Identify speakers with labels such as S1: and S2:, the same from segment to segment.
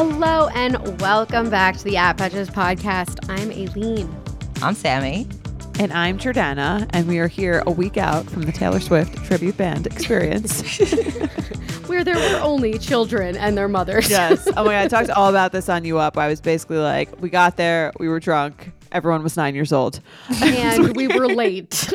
S1: Hello and welcome back to the At Betches podcast. I'm Aileen.
S2: I'm Sammy.
S3: And I'm Jordana, and we are here a week out from the Taylor Swift tribute band experience.
S1: Where there were only children and their mothers.
S3: yes. Oh my God. I talked all about this on You Up. I was basically like, we got there, we were drunk, everyone was nine years old.
S1: and we were late.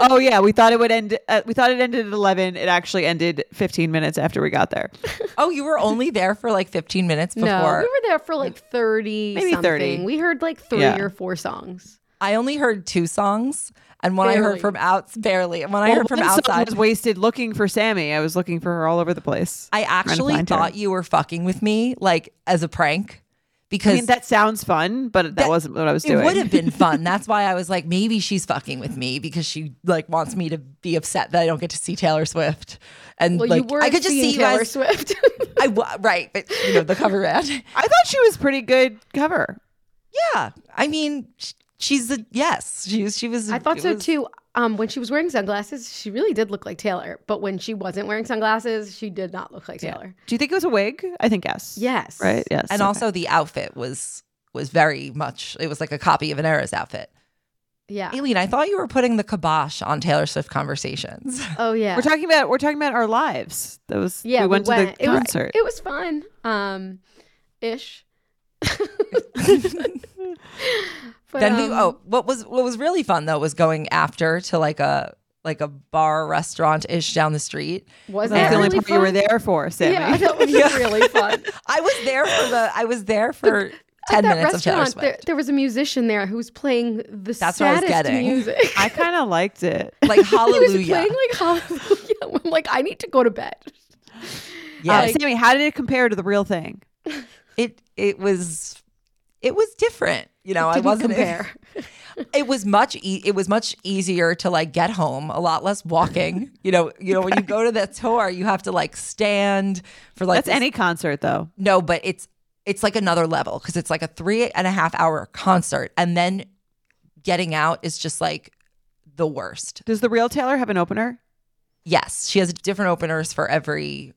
S3: oh, yeah. We thought it would end, uh, we thought it ended at 11. It actually ended 15 minutes after we got there.
S2: Oh, you were only there for like 15 minutes before.
S1: No, we were there for like 30
S3: Maybe
S1: something.
S3: 30.
S1: We heard like three
S3: Yeah.
S1: or four songs.
S2: I only heard two songs, and when I
S1: Barely.
S2: heard from out barely, and when I heard from
S3: Well, one song
S2: outside,
S3: was wasted looking for Sammy. I was looking for her all over the place.
S2: I actually
S3: find her.
S2: thought you were fucking with me, like as a prank, because
S3: I mean, that sounds fun, but that,
S2: That-
S3: wasn't what I was doing.
S2: It would have been fun. That's why I was like, maybe she's fucking with me because she like wants me to be upset that I don't get to see Taylor Swift. And
S1: Well,
S2: like,
S1: you were
S2: I could just see you
S1: Taylor
S2: guys.
S1: Swift.
S2: I wa right, but you know the cover band.
S3: I thought she was pretty good cover.
S2: Yeah, I mean, sh- she's a yes. She was. She was.
S1: I thought
S2: it
S1: so
S2: was-
S1: too. Um, when she was wearing sunglasses, she really did look like Taylor. But when she wasn't wearing sunglasses, she did not look like Taylor.
S3: Do you think it was a wig? I think yes.
S1: Yes.
S3: Right. Yes.
S2: And
S3: Okay.
S2: also the outfit was was very much. It was like a copy of an era's outfit.
S1: Yeah.
S2: Aileen, I thought you were putting the kibosh on Taylor Swift conversations.
S1: Oh yeah.
S3: we're talking about we're talking about our lives. That was
S1: yeah.
S3: yeah. We went to the
S1: It was-
S3: concert.
S1: It was fun. Um, ish. But,
S2: then we
S1: um,
S2: oh what was what was really fun though was going after to like a like a bar restaurant ish down the street.
S1: was
S3: That's
S1: that
S3: the only
S1: um, really
S3: part you were
S1: fun?
S3: there for, Sammy.
S1: Yeah, that was
S2: Yeah.
S1: really fun.
S2: I was there for the I was there for ten
S1: At that
S2: minutes of Taylor
S1: restaurant, there,
S2: Swift.
S1: there was a musician there who was playing the
S2: That's what I was
S1: saddest
S2: getting.
S1: music.
S3: I kind of liked it. Uh,
S2: Like
S1: he was playing
S2: hallelujah.
S1: like Hallelujah. I'm like, I need to go to bed.
S2: yeah.
S3: Uh, Sammy, how did it compare to the real thing?
S2: it it was it was different. You know, I
S1: Didn't
S2: wasn't
S1: compare.
S2: it was much e- it was much easier to like get home a lot less walking you know you know when you go to that tour you have to like stand for like
S3: That's
S2: this-
S3: any concert though.
S2: no but it's it's like another level because it's like a three and a half hour concert and then getting out is just like the worst
S3: Does the real Taylor have an opener?
S2: yes she has different openers for every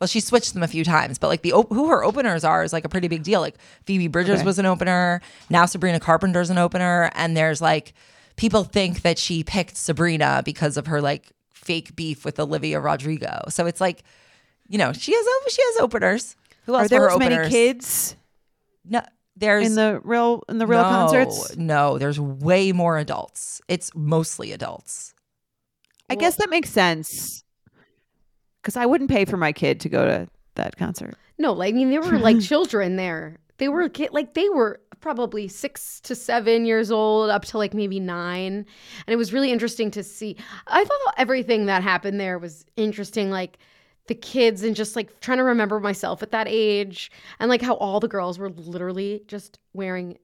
S2: well she switched them a few times but like the op- who her openers are is like a pretty big deal like phoebe bridgers
S3: Okay.
S2: was an opener now sabrina carpenter's an opener and there's like people think that she picked sabrina because of her like fake beef with olivia rodrigo so it's like you know she has op- she has openers who else
S3: Are there
S2: were her
S3: as many
S2: openers?
S3: kids
S2: no there's
S3: in the real in the real
S2: no,
S3: concerts?
S2: no there's way more adults it's mostly adults
S3: I guess that makes sense. Because I wouldn't pay for my kid to go to that concert.
S1: No, like, I mean, there were like children there. They were ki- like they were probably six to seven years old, up to like maybe nine, and it was really interesting to see. I thought everything that happened there was interesting, like the kids and just like trying to remember myself at that age, and like how all the girls were literally just wearing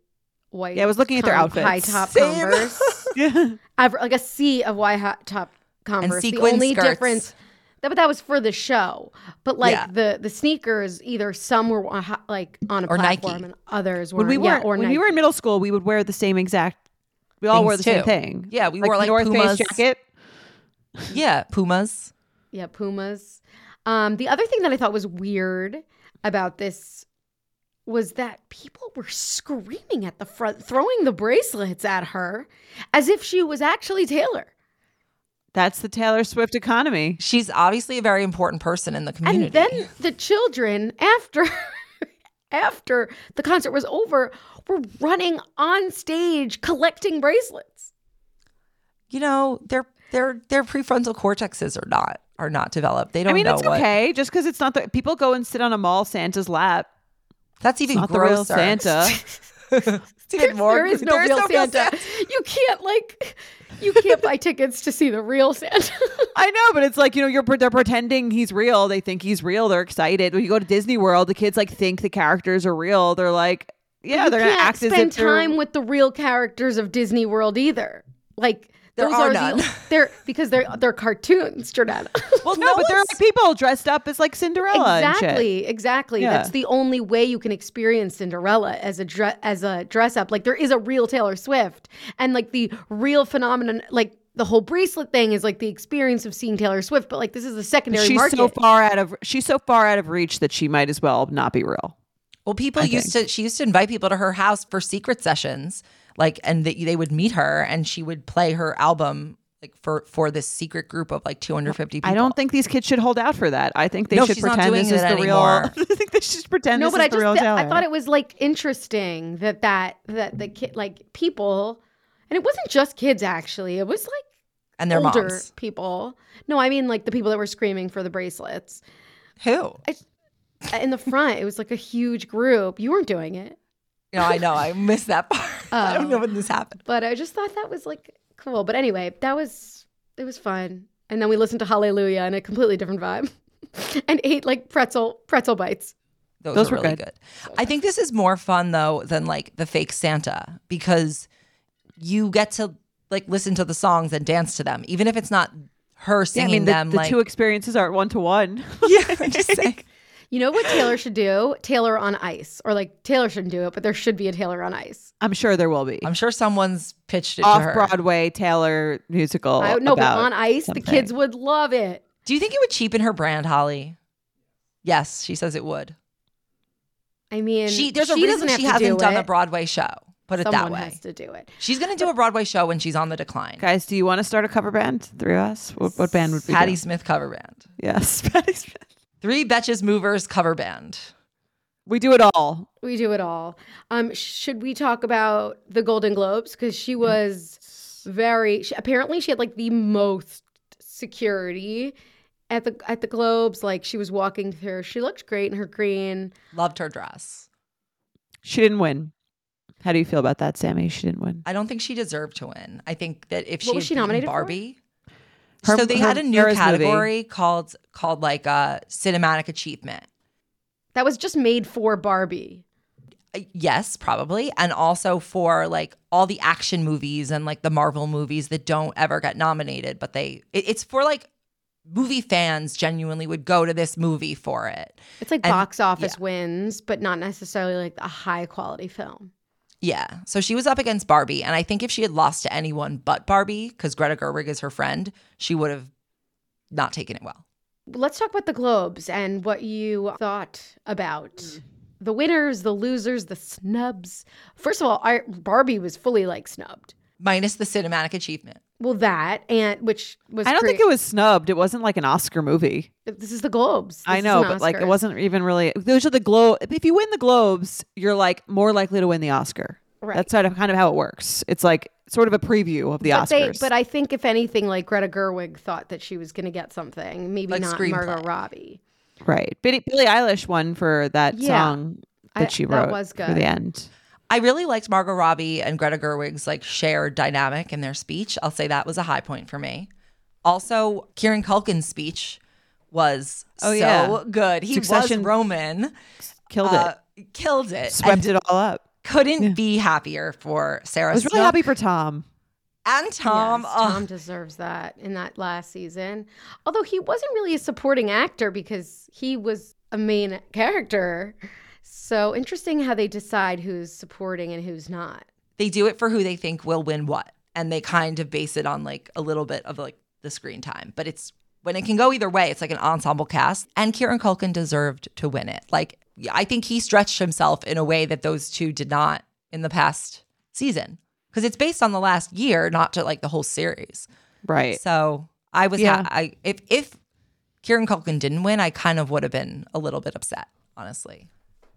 S1: white.
S3: Yeah, I was looking at their outfits.
S1: High top
S2: Same.
S1: Converse,
S3: Yeah.
S1: I've, like a sea of white hot top Converse.
S2: sequin
S1: the only
S2: skirts.
S1: difference that, but that was for the show. But like
S2: Yeah.
S1: the the sneakers, either some were on ho- like on a
S2: Or Nike.
S1: platform and others were
S3: when we were
S1: yeah, or
S3: when
S1: Nike.
S3: we were in middle school, we would wear the same exact. We all
S2: Things
S3: wore the
S2: too.
S3: same thing.
S2: Yeah, we wore, like,
S3: North
S2: Pumas.
S3: Face jacket.
S2: yeah pumas
S1: yeah Pumas. Um, the other thing that I thought was weird about this was that people were screaming at the front, throwing the bracelets at her, as if she was actually Taylor.
S3: That's the Taylor Swift economy.
S2: she's obviously a very important person in the community.
S1: And then the children after after the concert was over were running on stage collecting bracelets.
S2: you know, their their their prefrontal cortexes are not are not developed. They don't
S3: I mean,
S2: know
S3: it's
S2: what
S3: okay just because it's not the people go and sit on a mall Santa's lap.
S2: that's even
S3: Not the real
S2: grosser.
S3: Santa.
S2: Did more-
S1: there is no
S2: there's
S1: real Santa. You can't like you can't buy tickets to see the real Santa.
S3: I know, but it's like you know, you're pre- they're pretending he's real. They think he's real. They're excited. When you go to Disney World, the kids like think the characters are real. They're like, yeah,
S1: you
S3: they're gonna
S1: can't
S3: act as
S1: spend
S3: if they're-
S1: time with the real characters of Disney World either. Like
S2: There
S1: those
S2: are
S1: the-
S2: none.
S1: they're because they're they're cartoons, Jordana.
S2: Well,
S3: No, but they're
S2: one's-
S3: like people dressed up as like Cinderella. And shit.
S1: exactly, exactly.
S3: Yeah.
S1: That's the only way you can experience Cinderella as a dre- as a dress up. Like there is a real Taylor Swift, and like the real phenomenon, like the whole bracelet thing is like the experience of seeing Taylor Swift. But like this is a secondary
S3: she's
S1: market.
S3: so far out of she's so far out of reach that she might as well not be real.
S2: Well, people
S3: I
S2: used to she used to invite people to her house for secret sessions, like, and they, they would meet her, and she would play her album like for for this secret group of like 250 people.
S3: I don't think these kids should hold out for that. I think they
S2: No,
S3: should
S2: she's not
S3: pretend
S2: doing
S3: this is
S2: it
S3: the real.
S2: anymore.
S3: I think they should pretend
S1: no,
S3: this
S1: but
S3: is
S1: I
S3: the
S1: just
S3: real
S1: thi- I
S3: Taylor.
S1: thought it was like interesting that that that the kid like people, and it wasn't just kids actually. It was like
S2: and their
S1: older
S2: moms.
S1: people. No, I mean like the people that were screaming for the bracelets
S2: Who?
S1: in the front. It was like a huge group. You weren't doing it,
S2: No, I know. I missed that part. I
S1: Oh.
S3: Um,
S2: don't know when this happened.
S1: but I just thought that was like cool. But anyway, that was it was fun. And then we listened to Hallelujah in a completely different vibe, and ate like pretzel pretzel bites.
S2: Those,
S3: Those
S2: were,
S3: were
S2: really
S3: good.
S2: good. I think this is more fun though than like the fake Santa because you get to like listen to the songs and dance to them, even if it's not her
S3: Yeah, I
S2: singing
S3: mean, the,
S2: them.
S3: the
S2: like
S3: two experiences aren't one to one.
S2: yeah, I'm just saying.
S1: You know what Taylor should do? Taylor on ice, or like Taylor shouldn't do it, but there should be a Taylor on ice.
S3: I'm sure there will be
S2: I'm sure someone's pitched it to
S3: off
S2: her.
S3: Broadway Taylor musical.
S1: I, no, but
S3: Oh, about-
S1: on ice, the
S3: something.
S1: kids would love it.
S2: Do you think it would cheapen her brand, Holly? Yes, she says it would.
S1: I mean,
S2: she there's a
S1: she
S2: reason
S1: doesn't have
S2: she
S1: to do
S2: hasn't done a
S1: it.
S2: Broadway show. Put it that
S1: Someone
S2: way.
S1: has to do it.
S2: She's gonna do a Broadway show when she's on the decline.
S3: guys, do you want to start a cover band? Three of us. What, what band would be?
S2: Patti Smith cover band.
S3: Yes, Patty Smith.
S2: Three Betches Movers cover band.
S3: We do it all.
S1: We do it all. Um, should we talk about the Golden Globes because she was very she, apparently she had like the most security at the at the Globes. Like she was walking through, she looked great in her green.
S2: Loved her dress.
S3: She didn't win. How do you feel about that, Sammy? She didn't win.
S2: I don't think she deserved to win. I think that
S1: What
S2: if she
S1: was
S2: had
S1: she
S2: beaten
S1: nominated for?
S2: Barbie.
S3: Her-
S2: so they
S3: her
S2: had a new
S3: Paris movie.
S2: category called called like uh, cinematic achievement.
S1: That was just made for Barbie.
S2: Uh, yes, probably, and also for like all the action movies and like the Marvel movies that don't ever get nominated, but they it, it's for like movie fans genuinely would go to this movie for it.
S1: It's like
S2: And-
S1: box office wins, but not necessarily like a high quality film.
S2: Yeah. So she was up against Barbie, and I think if she had lost to anyone but Barbie, because Greta Gerwig is her friend, she would have not taken it well.
S1: Let's talk about the Globes and what you thought about the winners, the losers, the snubs. First of all, I, Barbie was fully like snubbed.
S2: Minus the cinematic achievement.
S1: Well, that and which was
S3: I don't think it was snubbed. It wasn't like an Oscar movie.
S1: was. This is the Globes. This
S3: I
S1: is
S3: know,
S1: an
S3: but like it
S1: Oscar.
S3: wasn't even really. Those are the globe. If you win the Globes, you're like more likely to win the Oscar.
S1: Right.
S3: That's sort of kind of how it works. It's like sort of a preview of the
S1: But, they,
S3: Oscars.
S1: but I think if anything, like Greta Gerwig thought that she was going to get something, maybe
S2: Like
S1: not
S2: screenplay.
S1: Margot Robbie.
S3: right, Billie, Billie Eilish won for that
S1: Yeah.
S3: song
S1: I-
S3: that she
S1: that
S3: wrote
S1: was
S3: for
S1: good.
S3: the end.
S2: I really liked Margot Robbie and Greta Gerwig's like shared dynamic in their speech. I'll say that was a high point for me. Also, Kieran Culkin's speech was
S3: Oh,
S2: so
S3: yeah.
S2: good. He
S3: Succession
S2: was Roman,
S3: Killed
S2: uh, killed it,
S3: it, swept
S2: and
S3: it all up.
S2: couldn't be happier for Sarah.
S3: I was really
S2: Snook
S3: happy for Tom.
S2: and
S3: Um,
S2: Tom.
S1: Yes,
S2: Ugh.
S3: uh,
S1: Tom deserves that in that last season. Although he wasn't really a supporting actor because he was a main character. So interesting how they decide who's supporting and who's not.
S2: they do it for who they think will win what and they kind of base it on like a little bit of like the screen time but it's when it can go either way it's like an ensemble cast and kieran culkin deserved to win it like i think he stretched himself in a way that those two did not in the past season because it's based on the last year not to like the whole series
S3: Right.
S2: so i was
S3: Yeah.
S2: ha- i if if kieran culkin didn't win i kind of would have been a little bit upset honestly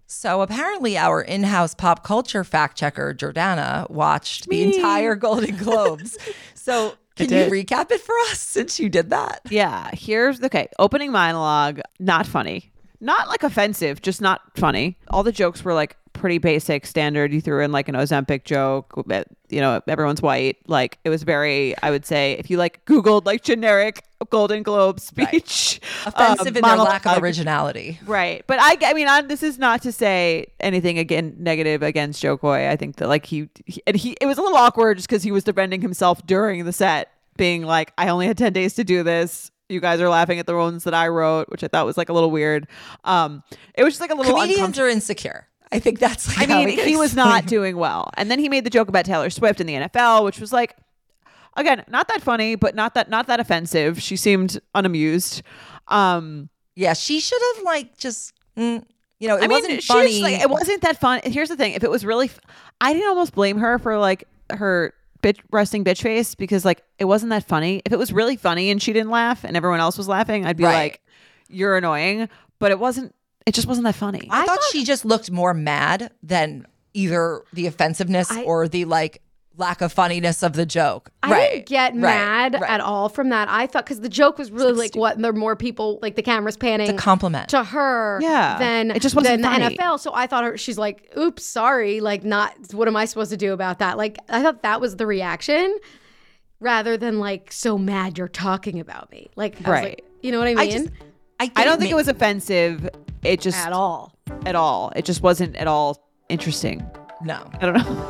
S2: so apparently, our in-house pop culture fact checker Jordana watched the entire Golden Globes. so can you
S3: did.
S2: recap it for us since you did that?
S3: Yeah, here's okay. Opening monologue, not funny. Not like offensive, just not funny. All the jokes were like pretty basic standard. You threw in like an Ozempic joke, but you know, everyone's white. Like it was very, I would say, if you like Googled like generic Golden Globe speech, Um,
S2: Offensive in their lack of
S3: monologue.
S2: originality.
S3: Right. But I, I mean, I, this is not to say anything again negative against Joe Coy. I think that like he, he and he, it was a little awkward just because he was defending himself during the set, being like, I only had 10 days to do this. You guys are laughing at the ones that I wrote, which I thought was like a little weird. Um, it was just like a little
S2: Comedians
S3: uncomfortable.
S2: are insecure. I think that's. Like
S3: I
S2: how
S3: mean,
S2: we can
S3: he was
S2: explain
S3: not doing well. And then he made the joke about Taylor Swift in the NFL, which was like, again, not that funny, but not that not that offensive. She seemed unamused. Um,
S2: Yeah, she should have like just mm, you know, it
S3: I mean,
S2: wasn't
S3: she
S2: funny.
S3: was like, it wasn't that fun. And here's the thing: if it was really, f- I didn't almost blame her for like her bitch resting bitch face because like it wasn't that funny. If it was really funny and she didn't laugh and everyone else was laughing, I'd be
S2: Right.
S3: like, "You're annoying," but it wasn't. It just wasn't that funny.
S2: I, thought, she just looked more mad than either the offensiveness
S4: I-
S2: or the like lack of funniness of the joke.
S4: I
S2: right.
S4: didn't get
S2: right,
S4: mad
S2: right.
S4: at all from that. I thought because the joke was really like, what there are more people like the cameras panning
S2: It's a compliment.
S4: to her
S3: Yeah.
S4: than
S3: It just
S4: than
S3: wasn't funny.
S4: the NFL. So I thought her, she's like, "Oops, sorry, like not what am I supposed to do about that?" Like I thought that was the reaction rather than like so mad you're talking about me. Like I was
S3: Right.
S4: like, you know what I mean?
S2: I just I,
S3: I don't think
S2: ma-
S3: it was offensive. It just
S4: at all.
S3: at all. It just wasn't at all interesting.
S2: no.
S3: I don't know.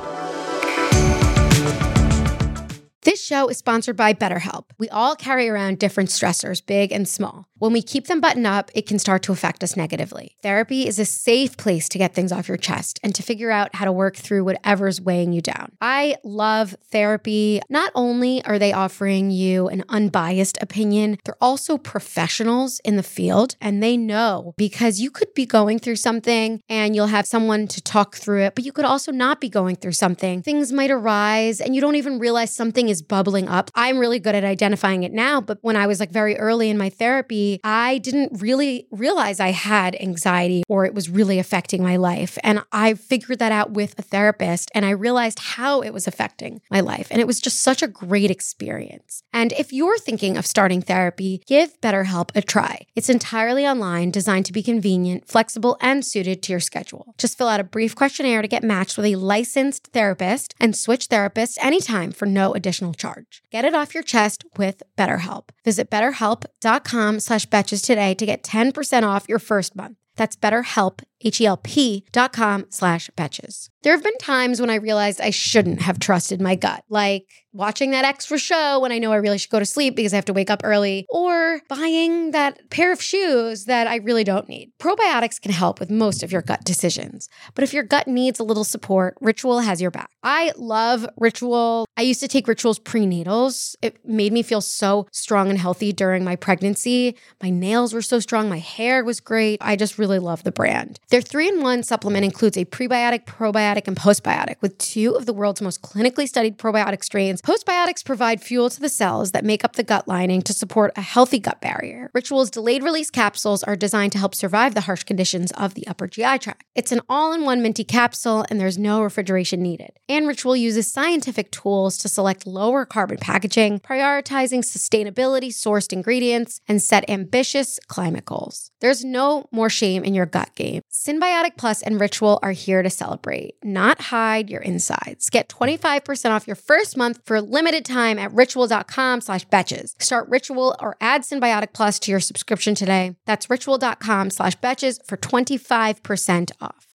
S1: This show is sponsored by BetterHelp. We all carry around different stressors, big and small. When we keep them buttoned up, it can start to affect us negatively. Therapy is a safe place to get things off your chest and to figure out how to work through whatever's weighing you down. I love therapy. Not only are they offering you an unbiased opinion, they're also professionals in the field and they know because you could be going through something and you'll have someone to talk through it, but you could also not be going through something. Things might arise and you don't even realize something is bubbling up. I'm really good at identifying it now, but when I was like very early in my therapy, I didn't really realize I had anxiety or it was really affecting my life. And I figured that out with a therapist and I realized how it was affecting my life. And it was just such a great experience. And if you're thinking of starting therapy, give BetterHelp a try. It's entirely online, designed to be convenient, flexible, and suited to your schedule. Just fill out a brief questionnaire to get matched with a licensed therapist and switch therapists anytime for no additional charge. Get it off your chest with BetterHelp. Visit betterhelp.com slash betches today to get 10% off your first month. That's BetterHelp, H-E-L-P dot com slash betches. There have been times when I realized I shouldn't have trusted my gut, like watching that extra show when I know I really should go to sleep because I have to wake up early, or buying that pair of shoes that I really don't need. Probiotics can help with most of your gut decisions, but if your gut needs a little support, Ritual has your back. I love Ritual. I used to take Ritual's prenatals. It made me feel so strong and healthy during my pregnancy. My nails were so strong. My hair was great. I just really love the brand. Their three in one supplement includes a prebiotic, probiotic, and postbiotic with two of the world's most clinically studied probiotic strains. Postbiotics provide fuel to the cells that make up the gut lining to support a healthy gut barrier. Ritual's delayed release capsules are designed to help survive the harsh conditions of the upper GI tract. It's an all in one minty capsule, and there's no refrigeration needed. And Ritual uses scientific tools to select lower carbon packaging, prioritizing sustainability sourced ingredients, and set ambitious climate goals. There's no more shame in your gut game. Symbiotic Plus and Ritual are here to celebrate, not hide your insides. Get 25% off your first month for a limited time at ritual.com slash betches. Start Ritual or add Symbiotic Plus to your subscription today. That's ritual.com slash betches for 25% off.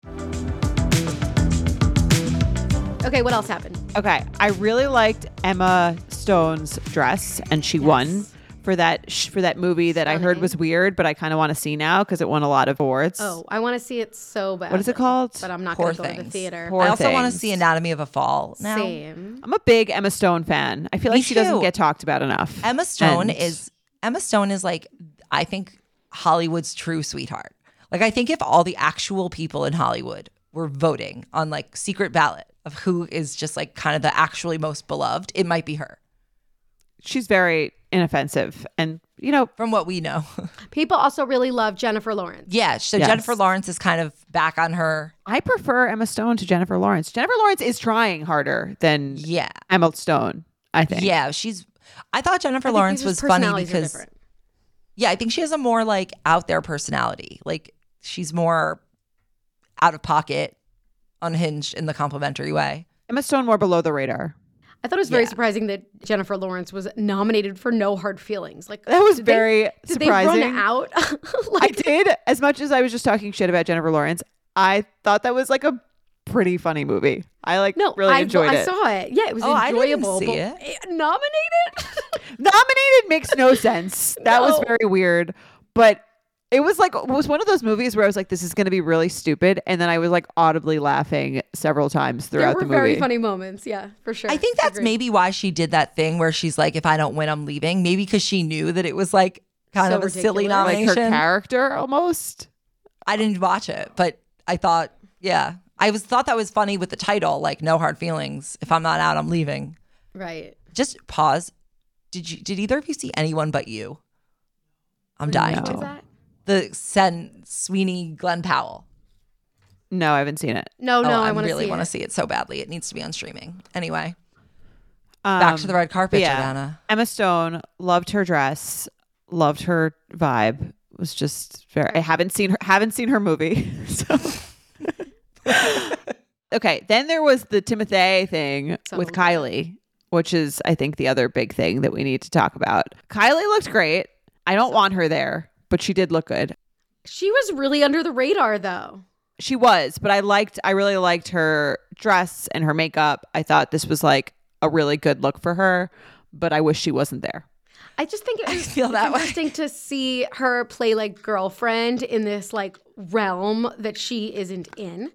S4: Okay, what else happened?
S3: Okay, I really liked Emma Stone's dress, and she won for that sh- for that movie that I heard was weird, but I kind of want to see now because it won a lot of awards.
S4: Oh, I want to see it so bad.
S3: What is it called?
S4: But I'm not going
S2: Poor
S4: to go to the
S2: Things.
S4: theater.
S3: Poor
S2: I also want to
S3: things.
S2: see Anatomy of a Fall now.
S4: Same.
S3: I'm a big Emma Stone fan. I feel like
S2: Me
S3: she doesn't
S2: too.
S3: get talked about enough.
S2: Emma Stone
S3: And-
S2: is Emma Stone is like I think Hollywood's true sweetheart. Like I think if all the actual people in Hollywood were voting on like secret ballot of who is just like kind of the actually most beloved, it might be her
S3: she's very inoffensive, and you know,
S2: from what we know.
S4: People also really love Jennifer Lawrence.
S2: yeah, so
S3: Yes.
S2: Jennifer Lawrence is kind of back on her.
S3: I prefer Emma Stone to Jennifer Lawrence. Jennifer Lawrence is trying harder than
S2: Yeah.
S3: Emma Stone. I think.
S2: Yeah, she's I thought Jennifer
S4: I think
S2: Lawrence
S4: these
S2: was
S4: just
S2: funny
S4: personalities are
S2: because
S4: different.
S2: yeah, I think she has a more like out there personality. Like she's more out of pocket. unhinged in the complimentary way.
S3: Emma Stone more below the radar.
S1: I thought it was very surprising that Jennifer Lawrence was nominated for No Hard Feelings. Like
S3: That was
S1: did
S3: very
S1: they,
S3: surprising.
S1: Did they run out?
S3: I
S1: like
S3: did as much as I was just talking shit about Jennifer Lawrence. I thought that was like a pretty funny movie. I like
S1: no,
S3: really
S1: I,
S3: enjoyed
S1: I
S3: it.
S1: saw it. Yeah, it was
S2: Oh, I didn't
S1: enjoyable.
S2: see
S1: but-
S2: it.
S1: Nominated?
S3: Nominated makes no sense. That was
S1: No.
S3: very weird, but it was like it was one of those movies where I was like, "This is going to be really stupid," and then I was like audibly laughing several times
S1: there
S3: throughout
S1: were
S3: the movie.
S1: very funny moments. Yeah, for sure.
S2: I think that's
S1: Agreed.
S2: maybe why she did that thing where she's like, if I don't win, I'm leaving. Maybe because she knew that it was like kind
S1: So
S2: of a silly
S1: ridiculous.
S3: like her
S2: nomination.
S3: character almost.
S2: I didn't watch it, but I thought, yeah, I was thought that was funny with the title, like no hard feelings. If I'm not out, I'm leaving.
S1: Right.
S2: Just pause. Did you? Did either of you see anyone but you? I'm dying
S3: No.
S2: to.
S1: What's that?
S2: The Sen Sweeney Glenn Powell.
S3: No, I haven't seen it.
S1: No, no,
S2: oh,
S1: I,
S2: I,
S1: want to
S2: really
S1: see
S2: want to
S1: it.
S2: see it so badly. It needs to be on streaming. Anyway,
S3: Um,
S2: back to the red carpet,
S3: yeah.
S2: Jordana.
S3: Emma Stone loved her dress, loved her vibe. Was just very. I haven't seen her. Haven't seen her movie. So. okay, then there was the Timothy thing
S1: So
S3: with
S1: good.
S3: Kylie, which is I think the other big thing that we need to talk about. Kylie looked great. I don't want her there, but she did look good.
S1: She was really under the radar, though.
S3: She was, but I liked. I really liked her dress and her makeup. I thought this was like a really good look for her, but I wish she wasn't there.
S1: I just think it was
S2: feel that way.
S1: interesting to see her play like girlfriend in this like realm that she isn't in.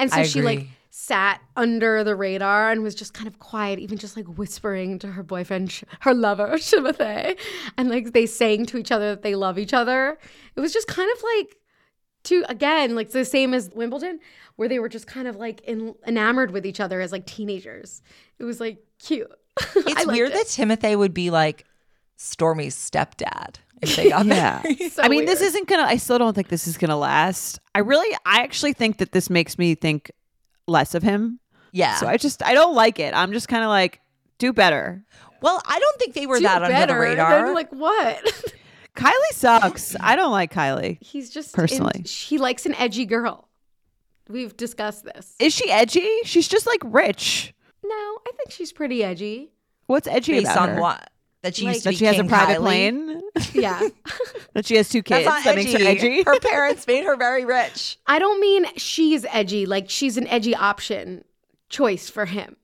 S1: And so
S2: I
S1: she like
S2: agree.
S1: sat under the radar and was just kind of quiet, even just like whispering to her boyfriend, Sh- her lover, Shimothy. And like they sang to each other that they love each other. It was just kind of like to again, like the same as Wimbledon, where they were just kind of like in, enamored with each other as like teenagers. It was like cute. I
S2: It's
S1: liked
S2: weird
S1: it.
S2: that Timothy would be like Stormy's stepdad if they got
S3: Yeah.
S2: married.
S1: So
S3: I mean, this
S1: weird.
S3: isn't gonna. I still don't think this is gonna last. I really, I actually think that this makes me think less of him.
S2: Yeah.
S3: So I just, I don't like it. I'm just kind of like, do better.
S2: well, I don't think they were
S1: do
S2: that under the
S1: better
S2: radar.
S1: than, like what?
S3: Kylie sucks. I don't like Kylie.
S1: He's just in-
S3: Personally.
S1: he likes an edgy girl. We've discussed this.
S3: Is she edgy? She's just like rich.
S1: no, I think she's pretty edgy.
S3: What's edgy
S2: based
S3: about
S2: on
S3: her?
S2: what? That she
S1: Like-
S2: used to
S3: That
S2: be
S3: she has a
S2: King
S3: private
S2: Kylie?
S3: plane.
S1: Yeah,
S3: That she has two
S2: That's
S3: kids.
S2: not
S3: That
S2: edgy.
S3: makes her edgy.
S2: Her parents made her very rich.
S1: I don't mean she's edgy. Like she's an edgy option choice for him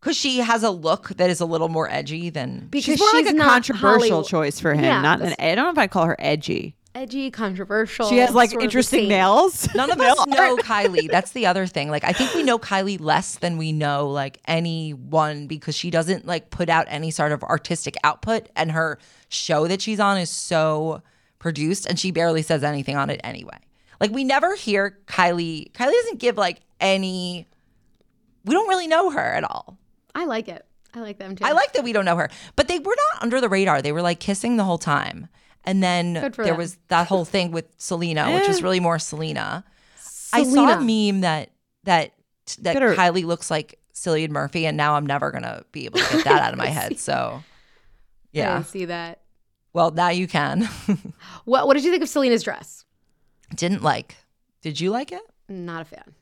S2: Because she has a look that is a little more edgy than
S1: because
S3: she's more like a
S1: not
S3: controversial
S1: Hollywood-
S3: choice for him.
S1: Yeah,
S3: not an.
S1: that's-
S3: I don't know if I call her edgy.
S1: edgy, controversial.
S3: She has
S1: Oh,
S3: like
S1: sort of the
S3: interesting
S1: same.
S3: nails.
S2: None of us know Kylie. That's the other thing. Like, I think we know Kylie less than we know like anyone because she doesn't like put out any sort of artistic output, and her show that she's on is so produced, and she barely says anything on it anyway. Like, we never hear Kylie. Kylie doesn't give like any. We don't really know her at all.
S1: I like it. I like them too.
S2: I like that we don't know her, but they were not under the radar. They were like kissing the whole time. And then
S1: Good for
S2: there
S1: them. Eh.
S2: was that whole thing with Selena, which is really more Selena. I saw
S1: Selena.
S2: a meme that that that
S3: Get her-
S2: Kylie looks like Cillian Murphy, and now I'm never gonna be able to get that out of my head. So,
S1: I
S2: yeah.
S1: didn't see that.
S2: Well, now you can.
S1: What What did you think of Selena's dress?
S2: Didn't like. Did you like it?
S1: Not a fan.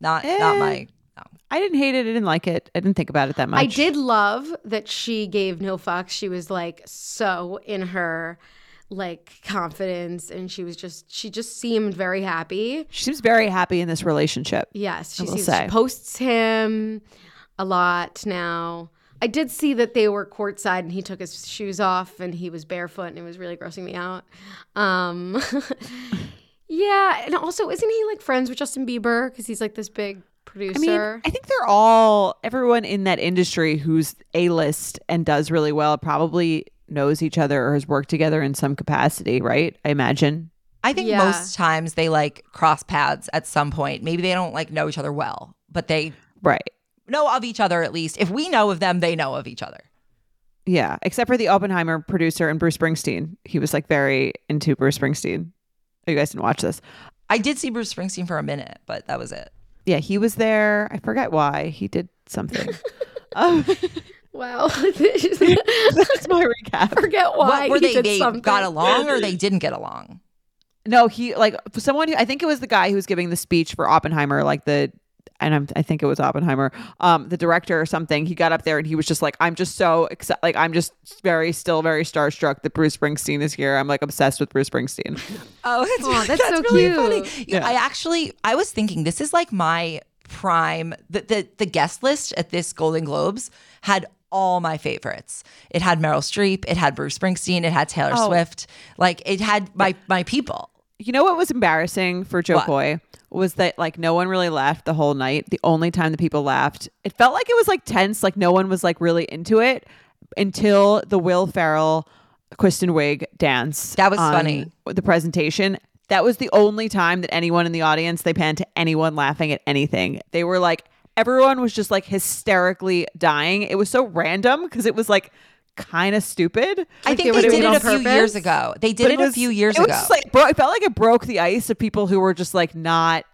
S2: Not not
S3: Eh.
S2: my. No.
S3: I didn't hate it. I didn't like it. I didn't think about it that much.
S1: I did love that she gave no fucks. She was like so in her like confidence and she was just she just seemed very happy.
S3: She seems very happy in this relationship.
S1: Yes, she
S3: will
S1: seems
S3: say.
S1: she posts him a lot now. I did see that they were courtside and he took his shoes off and he was barefoot and it was really grossing me out. Um Yeah, and also isn't he like friends with Justin Bieber cuz he's like this big
S3: I mean,
S1: producer?
S3: I think they're all everyone in that industry who's a list and does really well probably knows each other or has worked together in some capacity, right? I imagine.
S2: I think
S1: Yeah.
S2: most times they like cross paths at some point. Maybe they don't like know each other well, but they
S3: Right.
S2: know of each other at least. If we know of them, they know of each other.
S3: Yeah. Except for the Oppenheimer producer and Bruce Springsteen. He was like very into Bruce Springsteen. Oh, you guys didn't watch this.
S2: I did see Bruce Springsteen for a minute, but that was it.
S3: Yeah, he was there. I forget why. He did something. um,
S1: wow.
S3: that's my recap.
S1: forget why
S2: what were
S1: he
S2: they?
S1: did
S2: they
S1: something.
S2: got along or they didn't get along?
S3: No, he like someone who I think it was the guy who was giving the speech for Oppenheimer, like the and I'm, I think it was Oppenheimer, um, the director or something, he got up there and he was just like, I'm just so excited. Like, I'm just very, still very starstruck that Bruce Springsteen is here. I'm like obsessed with Bruce Springsteen.
S2: Oh, that's,
S1: Aw, that's so
S2: really funny.
S1: cute.
S2: You- I actually, I was thinking this is like my prime. The, the the guest list at this Golden Globes had all my favorites. It had Meryl Streep. It had Bruce Springsteen. It had Taylor
S1: Oh.
S2: Swift. Like it had my my people.
S3: You know what was embarrassing for Joe Coy was that like no one really laughed the whole night. The only time the people laughed, it felt like it was like tense, like no one was like really into it until the Will Ferrell, Kristen Wiig dance.
S2: That was
S3: on
S2: funny.
S3: The presentation. That was the only time that anyone in the audience they panned to anyone laughing at anything. They were like everyone was just like hysterically dying. It was so random because it was like kind of stupid.
S2: I think
S1: they
S2: they
S1: were
S2: did it
S1: doing
S2: a
S1: it on
S2: few years
S1: purpose?
S2: ago. They did
S3: But
S2: it, a
S3: was-
S2: few years
S3: it
S2: ago.
S3: Was just like bro, it felt like it broke the ice of people who were just like not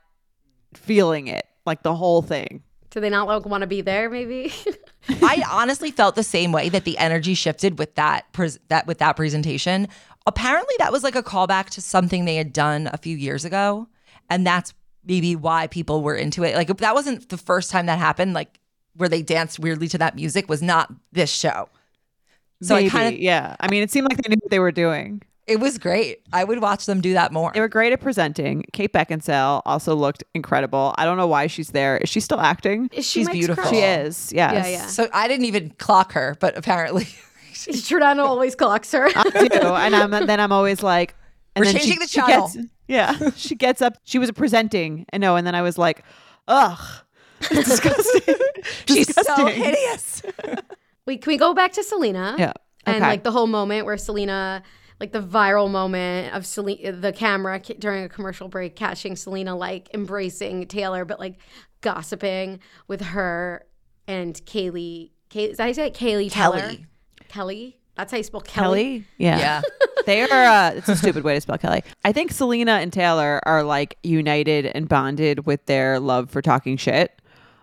S3: feeling it, like the whole thing.
S1: Do they not like want to be there? Maybe.
S2: I honestly felt the same way that the energy shifted with that pres that with that presentation. Apparently, that was like a callback to something they had done a few years ago, and that's maybe why people were into it. Like that wasn't the first time that happened. Like where they danced weirdly to that music was not this show. So
S3: Maybe,
S2: I kind of
S3: yeah. I mean, it seemed like they knew what they were doing.
S2: it was great. I would watch them do that more.
S3: They were great at presenting. Kate Beckinsale also looked incredible. I don't know why she's there. Is she still acting?
S1: Is
S2: She's
S1: Mike's
S2: beautiful.
S1: crush?
S3: She is. Yes.
S1: Yeah, yeah.
S2: So I didn't even clock her, but apparently
S1: Giordano always clocks her.
S3: I do, and I'm then I'm always like, and
S2: We're
S3: then
S2: changing the channel.
S3: gets- yeah, she gets up. She was presenting, and no, and then I was like, ugh, disgusting.
S2: she's so
S3: Disgusting.
S2: hideous.
S1: Wait, can we go back to Selena?
S3: Yeah.
S1: And
S3: Okay.
S1: like the whole moment where Selena, like the viral moment of Selena, the camera ca- during a commercial break catching Selena like embracing Taylor, but like gossiping with her and Kaylee. Kay- is that how you say it? Kaylee Taylor?
S2: Kelly.
S1: Kelly. That's how you spell Kelly.
S3: Kelly. Yeah.
S2: Yeah.
S3: they are uh, it's a stupid way to spell kelly i think selena and taylor are like united and bonded with their love for talking shit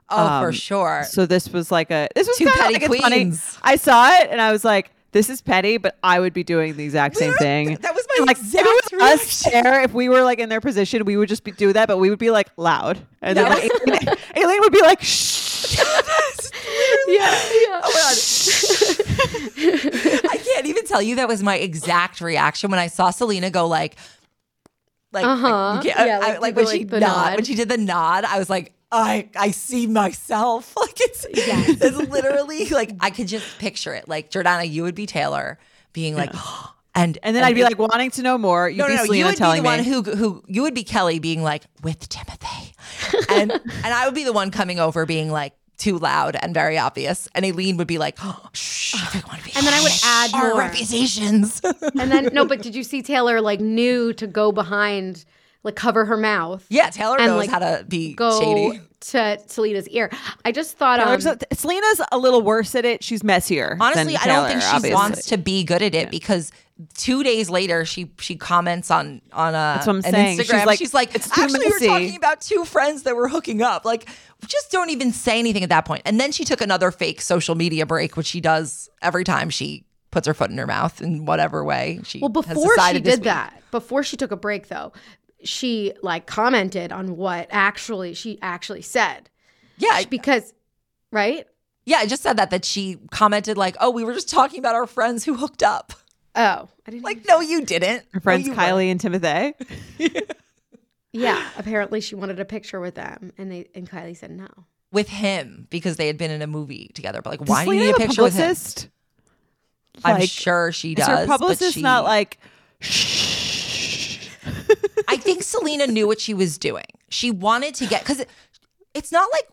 S2: Oh, for
S3: Um,
S2: sure.
S3: so this was like a this was
S2: Two
S3: kinda
S2: petty
S3: like it's funny.
S2: queens.
S3: i saw it and i was like this is petty but i would be doing the exact same thing
S2: That was my
S3: like if
S2: exact
S3: it was us
S2: reaction.
S3: there, if we were like in their position, we would just be, do that, but we would be like loud, and then like, Aileen, Aileen would be like, "Shh."
S1: Yeah. yeah.
S2: I can't even tell you that was my exact reaction when I saw Selena go like, like,
S1: Uh-huh.
S2: like, yeah,
S1: Yeah,
S2: I-
S1: like
S2: like
S1: the-
S2: when she
S1: like the
S2: nod,
S1: nod.
S2: when she did the nod, I was like, I I see myself. Like it's it's literally like I could just picture it. Like Jordana, you would be Taylor being like, and
S3: and then I'd be like wanting to know more. You'd
S2: no,
S3: be
S2: no, no,
S3: Selena
S2: you would be the
S3: telling
S2: one
S3: me.
S2: who who you would be Kelly being like with Timothy, and and I would be the one coming over being like. Too loud and very obvious, and Aileen would be like, "Shh, everyone be
S1: And then I would
S2: shh,
S1: add
S2: our
S1: more.
S2: reputations."
S1: And then, no, but did you see Taylor like knew to go behind, like cover her mouth?
S2: Yeah, Taylor
S1: and,
S2: knows
S1: like,
S2: how to be
S1: Go
S2: shady.
S1: to Selena's ear. I just thought, um,
S3: Taylor's a- Selena's a little worse at it. She's messier.
S2: Honestly,
S3: than
S2: I don't
S3: Taylor,
S2: think she
S3: obviously.
S2: wants to be good at it because two days later she she comments on on a
S3: what I'm
S2: an
S3: saying. She's
S2: Instagram. She's like,
S3: like, "It's too
S2: actually we're
S3: messy."
S2: talking about two friends that were hooking up. Like, just don't even say anything at that point. And then she took another fake social media break, which she does every time she puts her foot in her mouth in whatever way she
S1: Well,
S2: has
S1: before she
S2: decided this
S1: did
S2: week.
S1: that, before she took a break though, she like commented on what actually she actually said
S2: Yeah, I-
S1: because, right?
S2: yeah, I just said that that she commented like, "Oh, we were just talking about our friends who hooked up."
S1: Oh, I didn't.
S2: Like, no, you didn't.
S3: Her friends
S2: no, you weren't.
S3: Kylie and Timothy.
S1: yeah, apparently she wanted a picture with them, and they and Kylie said no.
S2: with him because they had been in a movie together. But like,
S3: Does
S2: why do you
S3: Selena
S2: need a
S3: have
S2: picture with him?
S3: publicist?
S2: I'm
S3: Like,
S2: sure she
S3: Is
S2: does.
S3: her
S2: but
S3: publicist
S2: she-
S3: not like, shh?
S2: I think Selena knew what she was doing. She wanted to get because it's not like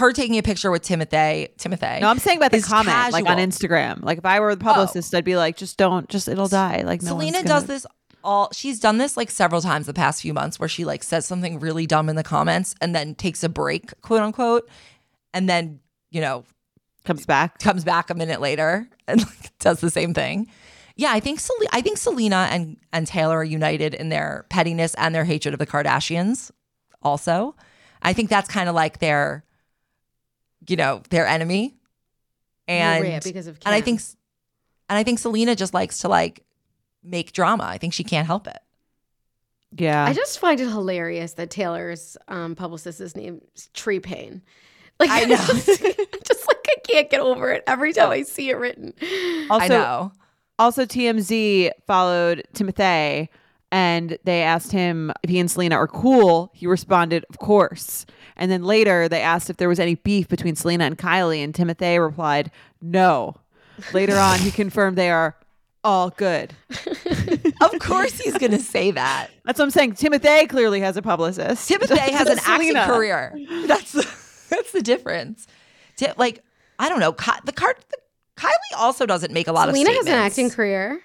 S2: her taking a picture with Timothy. Timothy.
S3: No, I'm saying about the
S2: It's
S3: comment, like on
S2: casual. Oh.
S3: Instagram. Like if I were the publicist, I'd be like, just don't, just it'll die. Like no
S2: Selena
S3: one's
S2: does
S3: gonna-
S2: this all. She's done this like several times the past few months, where she like says something really dumb in the comments and then takes a break, quote unquote, and then you know
S3: Comes back.
S2: comes back a minute later and like, does the same thing. Yeah, I think Sel- I think Selena and and Taylor are united in their pettiness and their hatred of the Kardashians. Also, I think that's kind of like their, you know, their enemy. And
S1: Maria, because of
S2: and I
S1: Kim.
S2: think, s- and I think Selena just likes to like make drama. I think she can't help it.
S3: Yeah.
S1: I just find it hilarious that Taylor's um, publicist is named Tree Payne. Like
S2: I know.
S1: just, just like I can't get over it every time I see it written.
S3: also,
S2: I know.
S3: also TMZ followed Timothy and they asked him if he and Selena are cool. He responded, "Of course." And then later they asked if there was any beef between Selena and Kylie and Timothy replied, "No." Later on he confirmed they are all good.
S2: Of course he's going to say that.
S3: That's what I'm saying. Timothy clearly has a publicist.
S2: Timothy has an acting
S3: Selena.
S2: career. That's the, that's the difference. Ti- like I don't know. Ki- the card. The, Kylie also doesn't make a lot
S1: Selena has
S2: of.
S1: an
S2: statements.
S1: acting career.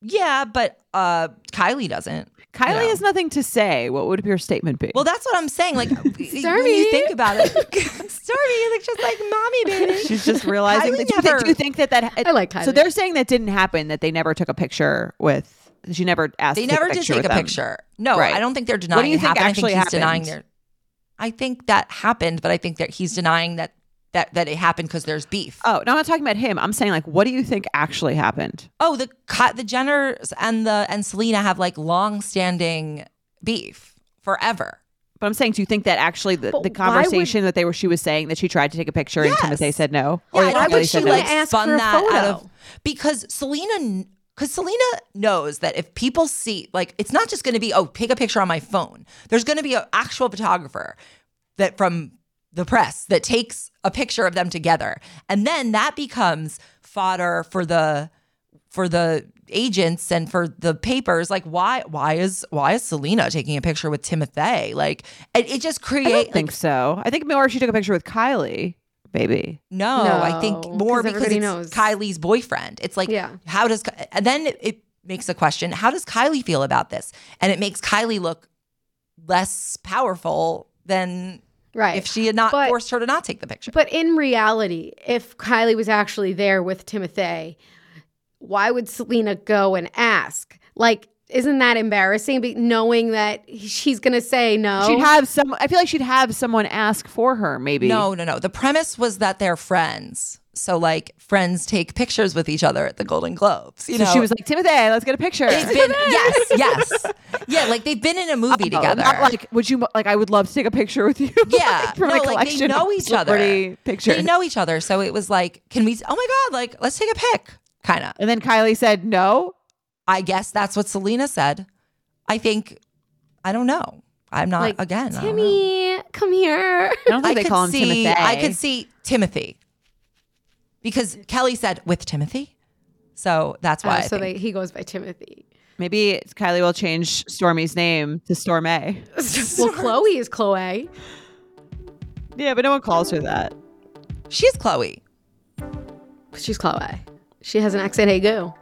S2: Yeah, but uh, Kylie doesn't.
S3: Kylie
S2: No.
S3: has nothing to say. What would your statement be?
S2: Well, that's what I'm saying. Like when
S1: Stormy.
S2: you think about it, Stormy like just like mommy baby.
S3: She's just realizing.
S2: Kylie
S3: that, do, they,
S2: never-
S3: do you think that that?
S1: I like
S3: So
S1: Kylie.
S3: they're saying that didn't happen. That they never took a picture with. She never asked.
S2: They
S3: to take
S2: never
S3: a
S2: did
S3: picture
S2: take
S3: with
S2: a
S3: them.
S2: picture. No,
S3: Right.
S2: I don't think they're denying.
S3: What do you
S2: it
S3: think
S2: happened.
S3: actually
S2: I think he's denying
S3: happened?
S2: their. I think that happened, but I think that he's denying that that that it happened because there's beef.
S3: Oh no, I'm not talking about him. I'm saying like, what do you think actually happened?
S2: oh, the Ki- the Jenners and the and Selena have like long standing beef forever.
S3: But I'm saying, do you think that actually the,
S1: But
S3: the
S1: why would-
S3: conversation that they were she was saying that she tried to take a picture
S2: Yes.
S3: and Timothy said no,
S2: Yeah,
S3: that
S2: why
S3: Kylie
S2: would she
S3: said
S2: like
S3: no?
S1: ask
S2: spun
S1: for a
S2: that out
S1: photo?
S2: of? Because Selena, because Selena knows that if people see, like, it's not just going to be oh, take a picture on my phone. There's going to be an actual photographer that from the press that takes a picture of them together, and then that becomes fodder for the for the agents and for the papers like why why is why is selena taking a picture with timothy like it, it just
S3: I
S2: creates
S3: don't think so. I think more she took a picture with Kylie, maybe.
S2: No, I think
S1: No,
S2: more
S1: 'cause
S2: because
S1: everybody
S2: it's
S1: knows.
S2: Kylie's boyfriend. It's like,
S1: Yeah.
S2: how does and then it, it makes a question: How does Kylie feel about this? And it makes Kylie look less powerful than
S1: Right.
S2: if she had not
S1: But-
S2: forced her to not take the picture.
S1: But in reality, if Kylie was actually there with Timothy, why would Selena go and ask? Like, isn't that embarrassing? Be- knowing that she's going to say no.
S3: She'd have some. I feel like she'd have someone ask for her, maybe.
S2: no, no, no. The premise was that they're friends, so like friends take pictures with each other at the Golden Globes. You
S3: So
S2: know,
S3: she was like, Timothy, let's get a picture.
S2: They've been, yes, yes, yeah. Like they've been in a movie
S3: Oh,
S2: together.
S3: Not like, would you like? I would love to take a picture with you.
S2: Yeah,
S3: like, from
S2: Uh, no,
S3: my
S2: like,
S3: collection
S2: they
S3: of
S2: know each other.
S3: celebrity Pictures.
S2: They know each other, so it was like, can we? Oh my god, like let's take a pic, kind of.
S3: And then Kylie said no.
S2: I guess that's what Selena said. I think I don't know. I'm not
S1: like,
S2: again. I don't know.
S1: Timmy, come here.
S3: I don't think
S2: I
S3: they call him
S2: could see.
S3: Timothy.
S2: I could see Timothy because Kelly said with Timothy, so that's why.
S1: Oh,
S2: I
S1: so
S2: think.
S1: they, he goes by Timothy.
S3: Maybe Kylie will change Stormy's name to Stormay.
S1: well, Chloe is Chloe.
S3: Yeah, but no one calls her that.
S2: she's Chloe.
S1: She's Chloe. She has an accent. Hey, go.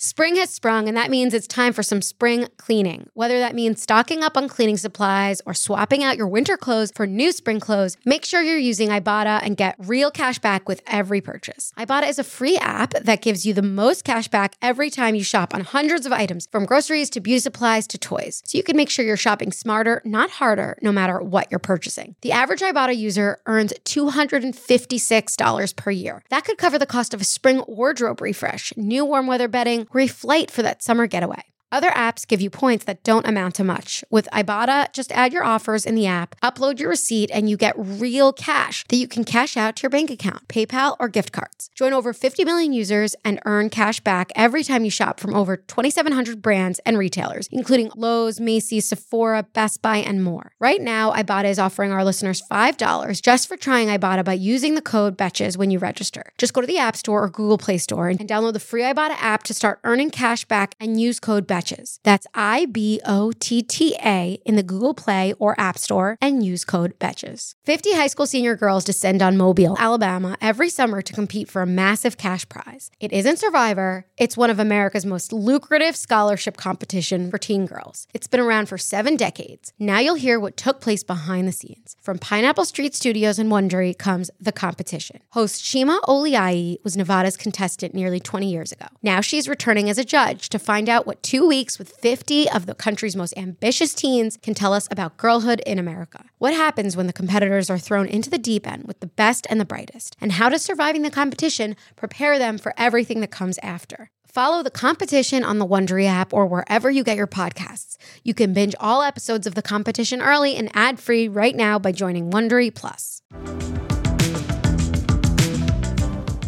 S5: Spring has sprung, and that means it's time for some spring cleaning. Whether that means stocking up on cleaning supplies or swapping out your winter clothes for new spring clothes, make sure you're using Ibotta and get real cash back with every purchase. Ibotta is a free app that gives you the most cash back every time you shop on hundreds of items, from groceries to beauty supplies to toys, so you can make sure you're shopping smarter, not harder, no matter what you're purchasing. The average Ibotta user earns $256 per year. That could cover the cost of a spring wardrobe refresh, new warm weather bedding, or a flight for that summer getaway. Other apps give you points that don't amount to much. With Ibotta, just add your offers in the app, upload your receipt, and you get real cash that you can cash out to your bank account, PayPal, or gift cards. Join over 50 million users and earn cash back every time you shop from over 2,700 brands and retailers, including Lowe's, Macy's, Sephora, Best Buy, and more. Right now, Ibotta is offering our listeners $5 just for trying Ibotta by using the code BETCHES when you register. Just go to the App Store or Google Play Store and download the free Ibotta app to start earning cash back and use code BETCHES. That's I B O T T A in the Google Play or App Store and use code BETCHES. 50 high school senior girls descend on Mobile, Alabama every summer to compete for a massive cash prize. It isn't Survivor, it's one of America's most lucrative scholarship competition for teen girls. It's been around for seven decades. Now you'll hear what took place behind the scenes. From Pineapple Street Studios and Wondery comes the competition. Host Shima Oliai was Nevada's contestant nearly 20 years ago. Now she's returning as a judge to find out what two weeks with 50 of the country's most ambitious teens can tell us about girlhood in America. What happens when the competitors are thrown into the deep end with the best and the brightest? And how does surviving the competition prepare them for everything that comes after? Follow the competition on the Wondery app or wherever you get your podcasts. You can binge all episodes of the competition early and ad free right now by joining Wondery Plus.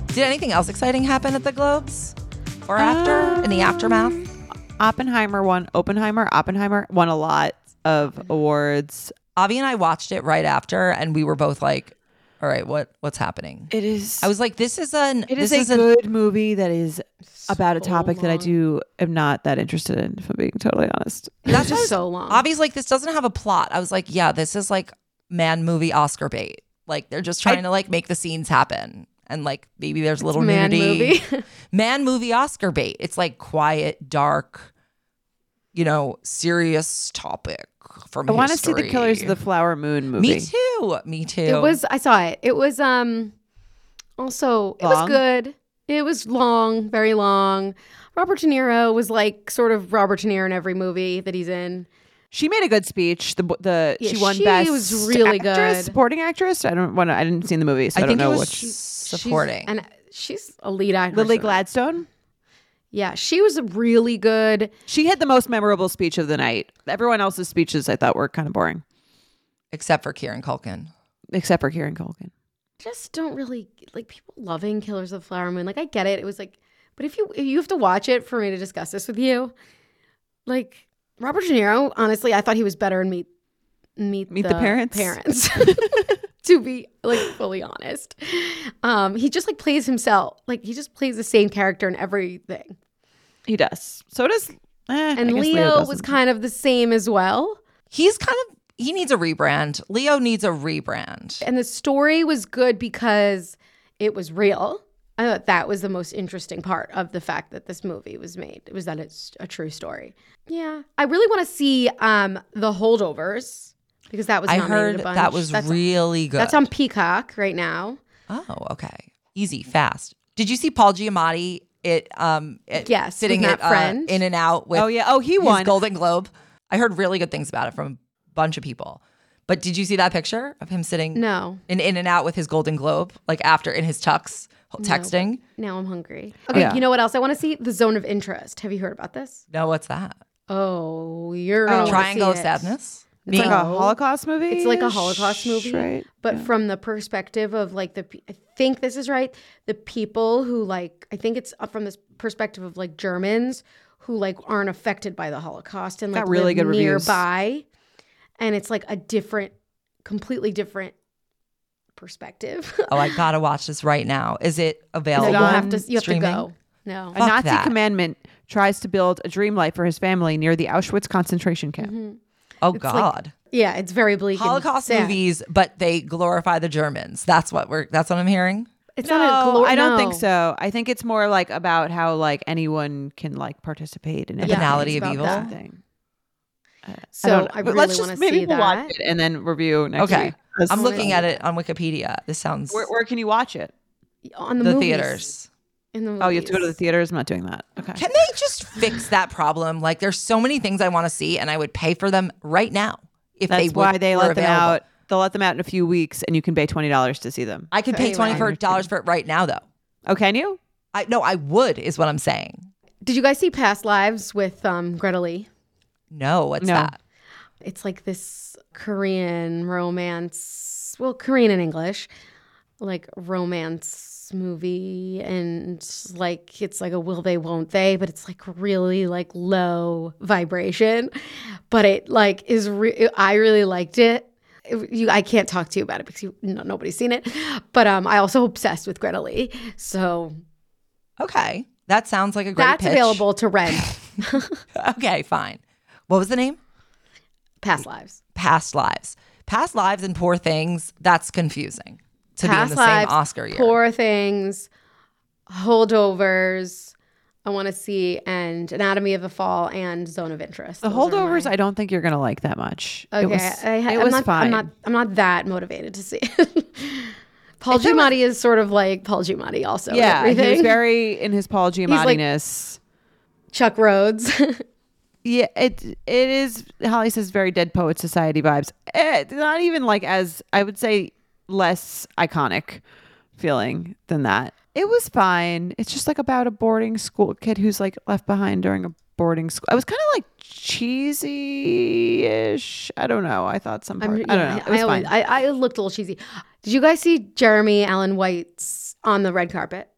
S2: Did anything else exciting happen at the Globes or after in the aftermath?
S3: Um, Oppenheimer won. Oppenheimer. Oppenheimer won a lot of awards.
S2: Avi and I watched it right after, and we were both like, "All right, what what's happening?"
S3: It is.
S2: I was like, "This is an
S3: It is
S2: this
S3: a
S2: an-
S3: good movie that is about a
S1: So
S3: topic that I
S1: long.
S3: do am not that interested in. If I'm being totally honest,
S2: that's
S1: just
S2: just
S1: so long.
S2: Avi's like, "This doesn't have a plot." I was like, "Yeah, this is like man movie Oscar bait. Like they're just trying to like make the scenes happen." And like maybe there's a little
S1: man
S2: nudity.
S1: movie.
S2: man movie Oscar bait. It's like quiet, dark, you know, serious topic from
S3: I want to see the
S2: history.
S3: Killers of the Flower Moon movie.
S2: Me too. Me too.
S1: It was. I saw it. It was. Um. Also, it was
S3: Long?
S1: good. It was long, very long. Robert De Niro was like sort of Robert De Niro in every movie that he's in.
S3: She made a good speech. The the
S1: Yeah,
S3: she won
S1: she
S3: best
S1: was really
S3: actress,
S1: good.
S3: supporting actress. I don't want. I didn't see the movie, so I,
S2: I,
S3: don't
S2: think it
S3: know
S2: was
S3: what.
S2: sh-
S3: she-
S1: She's-
S2: supporting.
S1: and she's a lead actress.
S3: Lily
S1: in it.
S3: Gladstone.
S1: Yeah, she was really good.
S3: She had the most memorable speech of the night. Everyone else's speeches I thought were kind of boring,
S2: except for Kieran Culkin.
S3: except for Kieran Culkin.
S1: Just don't really like people loving Killers of the Flower Moon. Like I get it. It was like, but if you if you have to watch it for me to discuss this with you, like Robert De Niro. Honestly, I thought he was better in Meet Meet,
S3: Meet the Parents?
S1: Parents. to be like fully honest, um, he just like plays himself. Like he just plays the same character in everything.
S3: He does. So does. eh, I
S1: And
S3: guess
S1: Leo was
S3: doesn't.
S1: kind of the same as well.
S2: He's kind of he needs a rebrand. Leo needs a rebrand.
S1: And the story was good because it was real. I thought that was the most interesting part of the fact that this movie was made. It was that it's a true story. Yeah, I really want to see um, the holdovers because that was
S2: I
S1: nominated
S2: heard
S1: a bunch.
S2: that was
S1: that's,
S2: really good.
S1: That's on Peacock right now.
S2: oh, okay. Easy, fast. Did you see Paul Giamatti? It um it,
S1: Yes,
S2: sitting
S1: with
S2: at
S1: Matt Friend.
S2: in and out with
S3: Oh yeah. Oh, he
S2: his
S3: won.
S2: Golden Globe. I heard really good things about it from a bunch of people. But did you see that picture of him sitting
S1: No,
S2: in in and out with his Golden Globe, like after in his tux, texting?
S1: now I'm hungry. Okay,
S3: Yeah.
S1: you know what else I want to see? The Zone of Interest. Have you heard about this?
S2: No, what's that?
S1: Oh, you're
S3: Oh.
S1: gonna wanna
S2: Triangle
S1: see
S2: of
S1: it.
S2: Sadness.
S1: It's
S3: It's
S2: Being-
S3: like a
S1: No.
S3: Holocaust movie.
S1: It's like a Holocaust movie,
S3: right?
S1: but from the perspective of like the, pe- I think this is right. The people who like, I think it's uh, from this perspective of like Germans who like aren't affected by the Holocaust and
S3: Got
S1: like
S3: really
S1: live
S3: good reviews.
S1: nearby, and it's like a different, completely different perspective.
S2: oh, I gotta watch this right now. Is it
S1: so
S2: available?
S1: you
S3: on
S1: have to, you have to
S2: streaming?
S1: go. No,
S3: A
S2: Fuck
S3: Nazi
S2: that.
S3: commandment tries to build a dream life for his family near the Auschwitz concentration camp.
S2: Oh
S1: It's like-
S2: God,
S1: yeah, it's very bleak. and
S2: Holocaust
S1: sad.
S2: movies, but they glorify the Germans. That's what we're. That's what I'm hearing.
S1: It's
S3: no,
S1: not a. Glo-
S3: I don't think
S1: no.
S3: so. I think it's more like about how like anyone can like participate in
S1: The
S3: everything.
S2: banality
S1: of
S3: It's
S1: evil.
S3: about that thing.
S1: So
S3: don't
S1: I,
S3: know. But
S1: really want to
S3: just-
S1: see
S3: maybe we'll
S1: that.
S3: watch it and then review next
S2: Okay.
S3: week. Let's-
S2: I'm looking at it on Wikipedia. This sounds
S3: Where, where can you watch it?
S1: on the,
S2: the
S1: movies.
S2: theaters.
S1: In the
S3: Oh, you have to go to the
S1: movies.
S3: theaters. I'm not doing that. Okay.
S2: Can they just fix that problem? Like, there's so many things I want to see, and I would pay for them right now if
S3: That's
S2: they would,
S3: why they
S2: were
S3: let them
S2: available.
S3: out. They'll let them out in a few weeks, and you can pay twenty dollars to see them.
S2: I could pay
S1: Anyway.
S2: twenty four dollars for it right now, though.
S3: Oh, can you?
S2: I no, I would is what I'm saying.
S1: Did you guys see Past Lives with um, Greta Lee?
S2: No, what's
S3: No.
S2: that?
S1: It's like this Korean romance, well, Korean and English, like romance movie. And like, it's like a will they, won't they, but it's like really like low vibration. But it like is, re- I really liked it. It- You, I can't talk to you about it because you, no, nobody's seen it. But um, I also obsessed with Greta Lee, so
S2: Okay, that sounds like a great.
S1: that's
S2: pitch.
S1: available to rent.
S2: Okay, fine. What was the name?
S1: Past lives.
S2: Past lives, past lives, and poor things. That's confusing to
S1: Past
S2: be in the
S1: Lives,
S2: same Oscar year.
S1: Poor things, holdovers. I want to see and Anatomy of the Fall and Zone of Interest.
S3: The
S1: Those are
S3: holdovers,
S1: my-
S3: I don't think you're gonna like that much.
S1: okay,
S3: it was,
S1: I, ha-
S3: it
S1: I'm
S3: was
S1: not,
S3: fine.
S1: I'm not. I'm not that motivated to see it. Paul Giamatti is sort of like Paul Giamatti, also. in
S3: yeah,
S1: everything.
S3: he was very in his Paul
S1: like-
S3: Giamattiness.
S1: Chuck Rhodes.
S3: yeah, it it is. Holly says very Dead Poet Society vibes. Eh, not even like as I would say less iconic feeling than that. It was fine. It's just like about a boarding school kid who's like left behind during a boarding school. I was kind of like cheesy ish. I don't know. I thought some part. I don't know. It was
S1: I, always-
S3: fine.
S1: I, I looked a little cheesy. Did you guys see Jeremy Allen White's on the red carpet?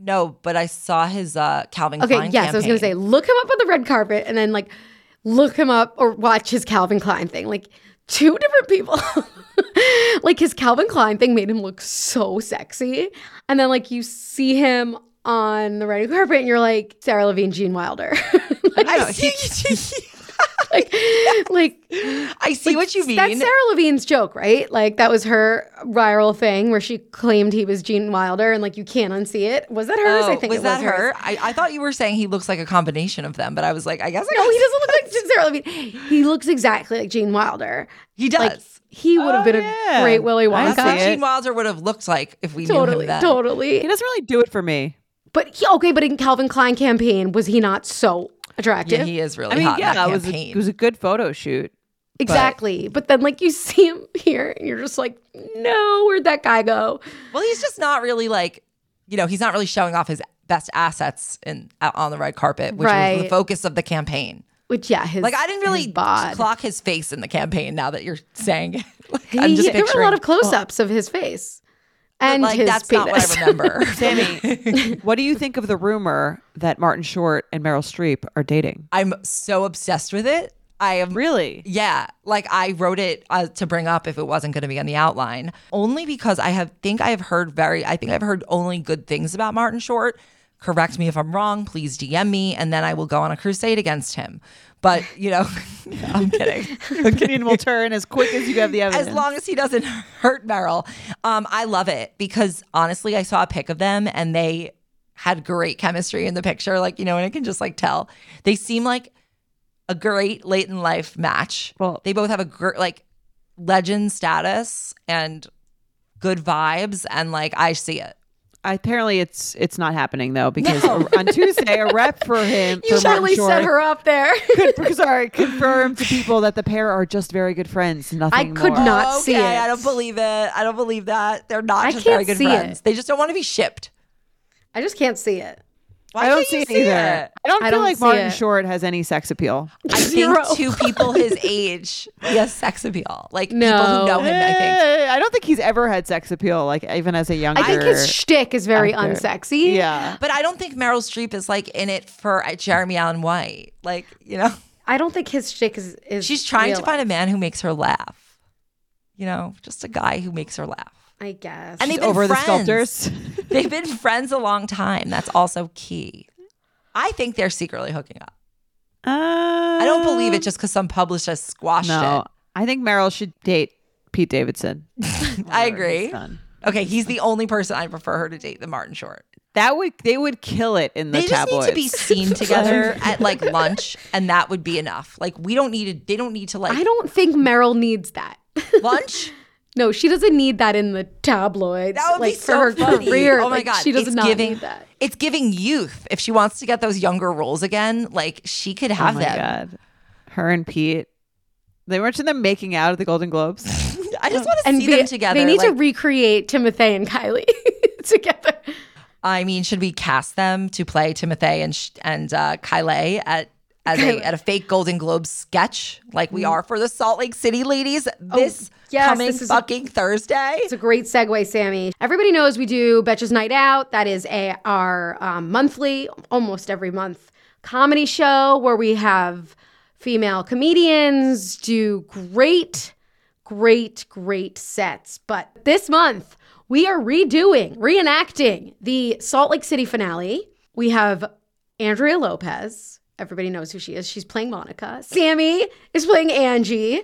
S2: No, but I saw his uh, Calvin
S1: Okay,
S2: Klein
S1: yes, I was gonna say
S2: campaign.
S1: look him up on the red carpet and then like look him up or watch his Calvin Klein thing. Like two different people. like his Calvin Klein thing made him look so sexy. And then like you see him on the red carpet and you're like Sarah Levine, Gene Wilder. like,
S2: I see,
S1: like, like
S2: I see
S1: like,
S2: what you mean.
S1: That's Sarah Levine's joke, right? Like that was her viral thing where she claimed he was Gene Wilder and like you can't unsee it. Was that hers?
S2: Oh,
S1: I think
S2: was
S1: it
S2: that
S1: was hers.
S2: her? I, I thought you were saying he looks like a combination of them, but I was like, I guess I
S1: No, he
S2: guess-
S1: doesn't look like Sarah Levine. He looks exactly like Gene Wilder.
S2: He does.
S1: Like he would have
S3: Oh,
S1: been
S3: yeah.
S1: a great Willy
S3: I
S2: That's
S3: see
S2: what
S3: it.
S1: Wonka.
S2: Gene Wilder would have looked like if we knew
S1: Totally,
S2: him then.
S3: he
S1: totally.
S3: doesn't really do it for me.
S1: But he, okay, but in Calvin Klein campaign, was he not so attractive?
S2: Yeah, he is really
S3: I mean,
S2: hot. in
S3: yeah,
S2: that
S3: it was, a,
S2: campaign.
S3: it was a good photo shoot.
S1: exactly. But then, like, you see him here, and you're just like, no, where'd that guy go?
S2: well, he's just not really like, you know, he's not really showing off his best assets in on the red carpet, which was
S1: Right.
S2: the focus of the campaign.
S1: Which, yeah, his
S2: Like I didn't
S1: his
S2: really
S1: bod.
S2: clock his face in the campaign. Now that you're saying it, Like,
S1: He-
S2: I'm just
S1: he- there were a lot
S2: picturing-
S1: of close-ups of his face
S2: but,
S1: and
S2: like
S1: his
S2: that's
S1: penis.
S2: not what I remember.
S3: Sammy, what do you think of the rumor that Martin Short and Meryl Streep are dating?
S2: I'm so obsessed with it. I am
S3: Really?
S2: Yeah, like I wrote it uh, to bring up if it wasn't going to be on the outline, only because I have think I have heard very I think I've heard only good things about Martin Short. Correct me if I'm wrong. Please DM me, and then I will go on a crusade against him. But you know, I'm kidding.
S3: Opinion will turn as quick as you have the evidence.
S2: As long as he doesn't hurt Meryl, um, I love it because honestly, I saw a pic of them and they had great chemistry in the picture. Like you know, and I can just like tell they seem like a great late in life match.
S3: Well-
S2: they both have a gr- like legend status and good vibes, and like I see it.
S3: apparently it's it's not happening though because on Tuesday a rep for him
S1: You
S3: for Martin
S1: really
S3: Short
S1: set her up there.
S3: could, sorry confirmed to people that the pair are just very good friends. Nothing.
S1: could
S3: more.
S1: not see
S2: Oh, okay,
S1: it.
S2: I don't believe it. I don't believe that they're not
S1: I
S2: just
S1: can't
S2: very good
S1: see
S2: friends.
S1: it.
S2: They just don't want to be shipped.
S1: I just can't see it.
S2: Why
S3: I don't
S2: can't
S3: see
S2: you
S3: it either. I don't
S1: I
S3: feel
S1: don't
S3: like
S1: see
S3: Martin
S1: it.
S3: Short has any sex appeal.
S2: I
S1: Zero.
S2: think to people his age, he has sex appeal. Like people
S1: No.
S2: who know him, I think.
S3: Eh, I don't think he's ever had sex appeal, like even as a younger.
S1: I think his shtick is very unsexy.
S3: yeah.
S2: But I don't think Meryl Streep is like in it for uh, Jeremy Allen White. Like, you know,
S1: I don't think his shtick is. is
S2: she's trying
S1: real
S2: to find a man who makes her laugh. You know, just a guy who makes her laugh.
S1: I guess.
S2: And
S1: And
S2: they've been
S3: Over
S2: friends.
S3: the sculptors.
S2: They've been friends a long time. That's also key. I think they're secretly hooking up.
S3: Uh,
S2: I don't believe it just because some publicist squashed
S3: No, I think Meryl should date Pete Davidson.
S2: it. I
S3: His
S2: agree.
S3: son.
S2: Okay, he's the only person I prefer her to date than Martin Short.
S3: That would they would kill it in the
S2: they just
S3: tabloids.
S2: need to be seen together at like lunch, and that would be enough. Like we don't need to. They don't need to like
S1: I don't think Meryl needs that.
S2: lunch.
S1: no, she doesn't need that in the tabloids.
S2: That would
S1: like
S2: be so
S1: for her
S2: funny.
S1: career.
S2: Oh my
S1: Like,
S2: god,
S1: she does
S2: it's
S1: not
S2: giving,
S1: need that.
S2: It's giving youth. If she wants to get those younger roles again, like she could
S3: Oh
S2: have
S3: my
S2: them.
S3: god, her and Pete. They mentioned them making out at the Golden Globes.
S2: I just want to
S1: And
S2: see
S1: they,
S2: them together.
S1: they need to
S2: like-
S1: recreate Timothy and Kylie together.
S2: I mean, should we cast them to play Timothy and sh- and uh, Kylie at as a, at a fake Golden Globe sketch, like we are for the Salt Lake City ladies this
S1: Mm. Oh, yes,
S2: coming
S1: this is a-
S2: fucking Thursday?
S1: It's a great segue, Sammy. Everybody knows we do Betches Night Out. That is a our um, monthly, almost every month, comedy show where we have female comedians do great, great, great sets. But this month we are redoing, reenacting the Salt Lake City finale. We have Andrea Lopez. Everybody knows who she is. She's playing Monica. Sammy is playing Angie.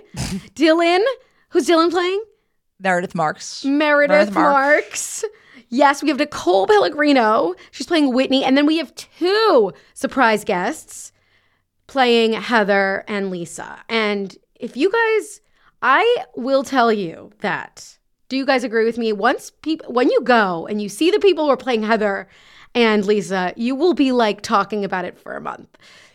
S1: Dylan, who's Dylan playing?
S2: Meredith Marks.
S1: Meredith,
S2: Meredith
S1: Marks. Yes, we have Nicole Pellegrino. She's playing Whitney. And then we have two surprise guests playing Heather and Lisa. And if you guys, I will tell you that. Do you guys agree with me? Once people, when you go and you see the people who are playing Heather and Lisa, you will be like talking about it for a month.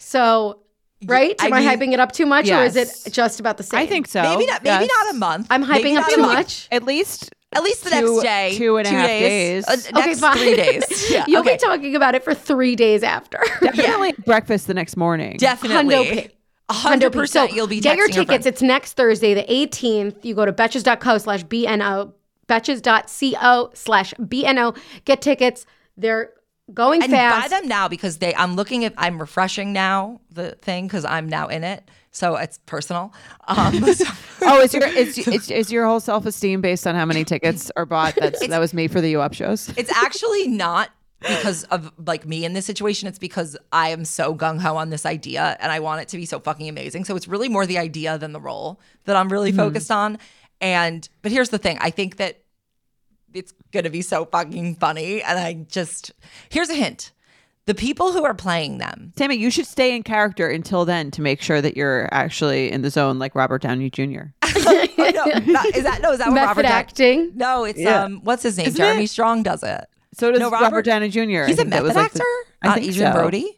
S1: So, right?
S2: I
S1: Am I,
S2: mean,
S1: hyping it up too much, or is
S3: yes.
S1: it just about the same?
S3: I think so.
S2: Maybe not. Maybe
S3: Yes.
S2: not a month.
S1: I'm hyping
S2: Maybe
S1: up
S2: not a
S1: too
S2: month.
S1: much.
S3: At least
S2: At least the
S3: Two-
S2: next day.
S3: two and a half days.
S2: Uh,
S1: Okay,
S2: next
S1: fine.
S2: three days. Yeah.
S1: You'll
S2: okay.
S1: be talking about it for three days after.
S3: Definitely breakfast the next morning.
S2: Definitely.
S1: Hundo pick.
S2: hundred percent.
S1: So
S2: You'll be
S1: get your
S2: texting your
S1: tickets.
S2: friends.
S1: it's next Thursday, the 18th. You go to betches.co slash BNO, betches.co slash BNO. Get tickets. They're going
S2: and
S1: fast.
S2: buy them now because they. I'm looking at. I'm refreshing now the thing because I'm now in it. So it's personal. Um, so-
S3: Oh, is your is, is, is your whole self esteem based on how many tickets are bought? That's that was me for the U Up shows.
S2: It's actually not because of like me in this situation. It's because I am so gung ho on this idea and I want it to be so fucking amazing. So it's really more the idea than the role that I'm
S3: Hmm.
S2: really focused on. And but here's the thing I think that it's gonna be so fucking funny. And I just here's a hint the people who are playing them
S3: Tammy, you should stay in character until then to make sure that you're actually in the zone, like Robert Downey Jr.
S2: Oh, no, not- is that no? Is that what
S1: Method
S2: Robert Downey-
S1: acting.
S2: No, it's
S3: Yeah.
S2: um, what's his name?
S3: Isn't
S2: Jeremy
S3: it?
S2: Strong does it.
S3: So does
S2: No,
S3: Robert,
S2: Robert-
S3: Downey Jr.
S2: He's
S3: I
S2: a
S3: think that was,
S2: method
S3: like, the-
S2: actor,
S3: I
S2: not
S3: think
S2: Adrian
S3: so.
S2: Brody.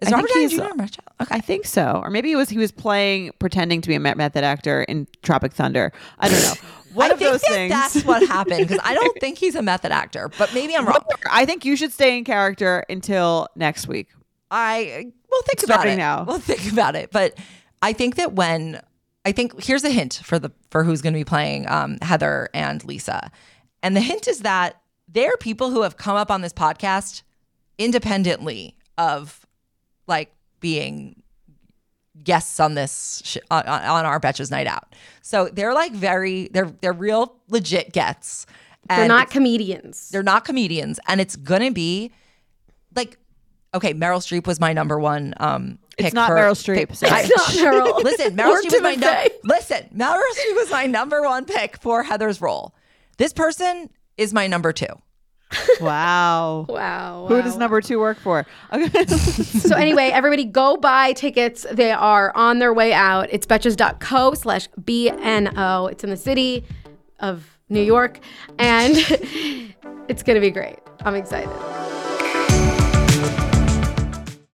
S2: Is
S3: I
S2: Robert Downey
S3: think
S2: Jr.
S3: he's-
S2: a method actor?
S3: I think so, or maybe it was he was playing pretending to be a me- method actor in Tropic Thunder. I don't know. One
S2: I
S3: of
S2: think
S3: those
S2: that
S3: things.
S2: That's what happened because I don't think he's a method actor, but maybe I'm wrong.
S3: I think you should stay in character until next week.
S2: I we'll think about
S3: Starting
S2: it.
S3: now.
S2: We'll think about it. But I think that when I think here's a hint for the for who's going to be playing um, Heather and Lisa, and the hint is that they are people who have come up on this podcast independently of like being guests on this sh- on, on our Betches night out. So they're like very they're they're real legit gets.
S1: They're
S2: And
S1: not comedians.
S2: They're not comedians, and it's gonna be like, okay, Meryl Streep was my number one. Um, pick
S3: It's not
S2: for-
S3: Meryl Streep. sorry.
S1: It's not Meryl.
S2: Listen,
S1: Or
S2: Meryl Streep was my
S1: Timothy.
S2: number. Listen, Meryl Streep was my number one pick for Heather's role. This person is my number two.
S3: wow.
S1: Wow.
S3: Who
S1: wow,
S3: does
S1: wow.
S3: number two work for? Okay.
S1: so anyway, everybody go buy tickets. They are on their way out. It's betches.co slash BNO. It's in the city of New York. And it's going to be great. I'm excited.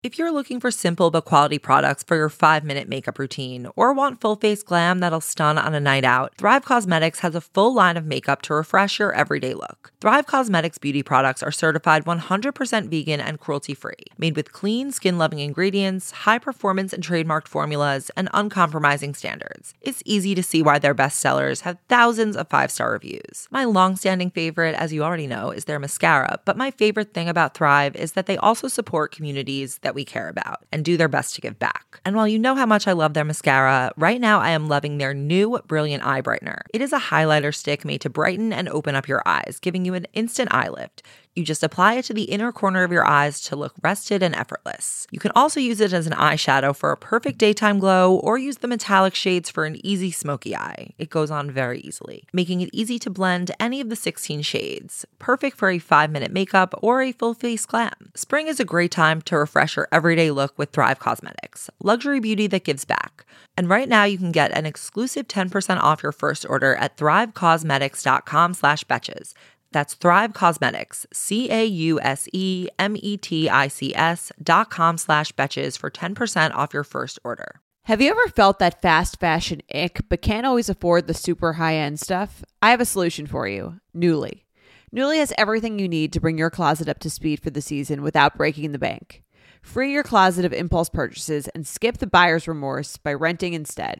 S2: If you're looking for simple but quality products for your five minute makeup routine or want full face glam that'll stun on a night out, Thrive Cosmetics has a full line of makeup to refresh your everyday look. Thrive Cosmetics beauty products are certified 100% vegan and cruelty free, made with clean, skin loving ingredients, high performance and trademarked formulas, and uncompromising standards. It's easy to see why their bestsellers have thousands of five star reviews. My long standing favorite, as you already know, is their mascara, but my favorite thing about Thrive is that they also support communities that we care about and do their best to give back. And while you know how much I love their mascara, right now I am loving their new Brilliant Eye Brightener. It is a highlighter stick made to brighten and open up your eyes, giving you an instant eye lift. You just apply it to the inner corner of your eyes to look rested and effortless. You can also use it as an eyeshadow for a perfect daytime glow or use the metallic shades for an easy smoky eye. It goes on very easily, making it easy to blend any of the 16 shades, perfect for a 5-minute makeup or a full face glam. Spring is a great time to refresh your everyday look with Thrive Cosmetics, luxury beauty that gives back. And right now you can get an exclusive 10% off your first order at thrivecosmetics.com/betches. slash betches. That's Thrive Cosmetics, C A U S E M E T I C S dot com slash betches for 10% off your first order.
S3: Have you ever felt that fast fashion ick but can't always afford the super high end stuff? I have a solution for you Newly. Newly has everything you need to bring your closet up to speed for the season without breaking the bank. Free your closet of impulse purchases and skip the buyer's remorse by renting instead.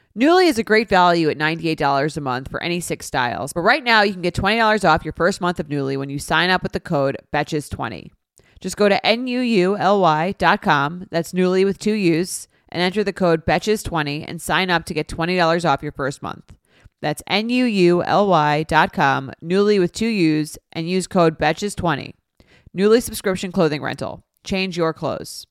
S3: Newly is a great value at $98 a month for any six styles, but right now you can get $20 off your first month of Newly when you sign up with the code E BETCHES20. Just go to NUULY.com, that's Newly with two U's, and enter the code BETCHES20 and sign up to get $20 off your first month. That's NUULY.com, Newly with two U's, and use code BETCHES20. Newly subscription clothing rental. Change your clothes.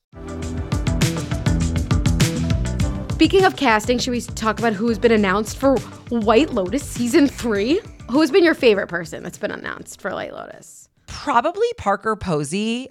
S1: Speaking of casting, should we talk about who's been announced for White Lotus season three? Who's been your favorite person that's been announced for White Lotus?
S2: Probably Parker Posey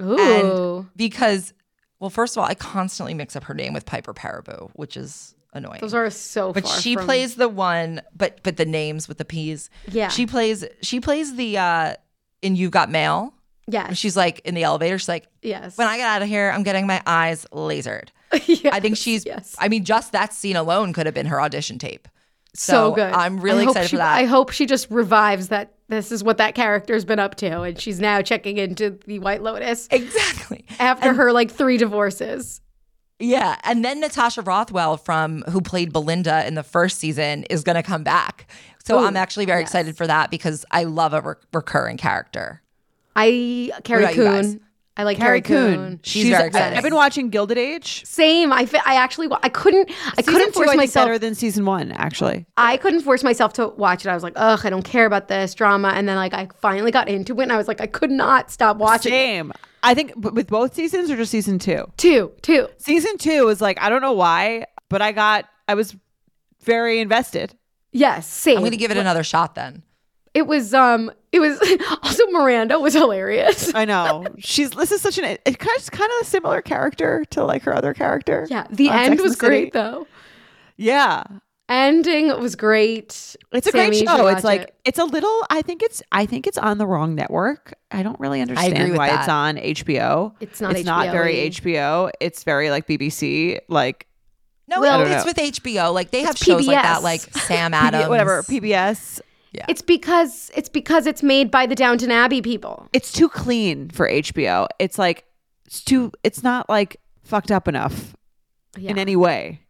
S1: Ooh.
S2: and because well, first of all, I constantly mix up her name with Piper Paraboo, which is annoying.
S1: Those are so
S2: but
S1: far
S2: she
S1: from-
S2: plays the one but but the names with the P's.
S1: Yeah.
S2: She plays she plays the uh in You've Got Mail.
S1: Yes.
S2: She's like in the elevator, she's like,
S1: yes.
S2: When I get out of here, I'm getting my eyes lasered.
S1: Yes,
S2: I think she's
S1: yes.
S2: I mean, just that scene alone could have been her audition tape.
S1: so, good.
S2: I'm really
S1: I hope
S2: excited
S1: she-
S2: for that.
S1: I hope she just revives that. This is what that character's been up to, and she's now checking into the White Lotus
S2: exactly.
S1: after her like three divorces.
S2: Yeah, and then Natasha Rothwell from who played Belinda in the first season is going to come back. So I'm actually very excited for that because I love a rec- recurring character.
S1: I Carrie
S2: about you guys?
S1: Coon. I like Carrie Coon.
S2: She's very exciting.
S3: I've been watching Gilded Age.
S1: Same. I fe- I actually wa- I couldn't I couldn't force myself.
S3: better than season one. Actually,
S1: I couldn't force myself to watch it. I was like, ugh, I don't care about this drama. And then like I finally got into it, and I was like, I could not stop watching. it.
S3: same. I think but with both seasons or just season two.
S1: Two, two.
S3: Season two is like I don't know why, but I got I was very invested.
S1: Yes, same.
S2: I'm going to give it another shot then.
S1: it was um it was also Miranda was hilarious.
S3: I know she's this is such an it kind of, it's kind of a similar character to like her other character.
S1: Yeah, the
S3: on Sex
S1: end
S3: and
S1: was
S3: the City.
S1: great though.
S3: Yeah,
S1: Ending was great.
S3: it's a
S1: Sammy, you
S3: great
S1: should
S3: show.
S1: watch
S3: It's like
S1: it.
S3: it's a little. I think it's I think it's on the wrong network. I don't really understand
S2: with
S3: why
S2: that.
S3: it's on HBO.
S1: It's not
S3: It's not
S1: HBO.
S3: very HBO. It's very like BBC. Like
S2: No,
S1: Well-
S2: it-
S3: I
S2: it's
S3: don't
S2: with HBO. Like they have
S1: It's
S2: shows like
S1: PBS.
S2: that, like Sam Adams.
S3: whatever PBS.
S1: it's because it's because it's made by the Downton Abbey people.
S3: It's too clean for HBO. It's like it's too. It's not like fucked up enough
S1: Yeah.
S3: in any way.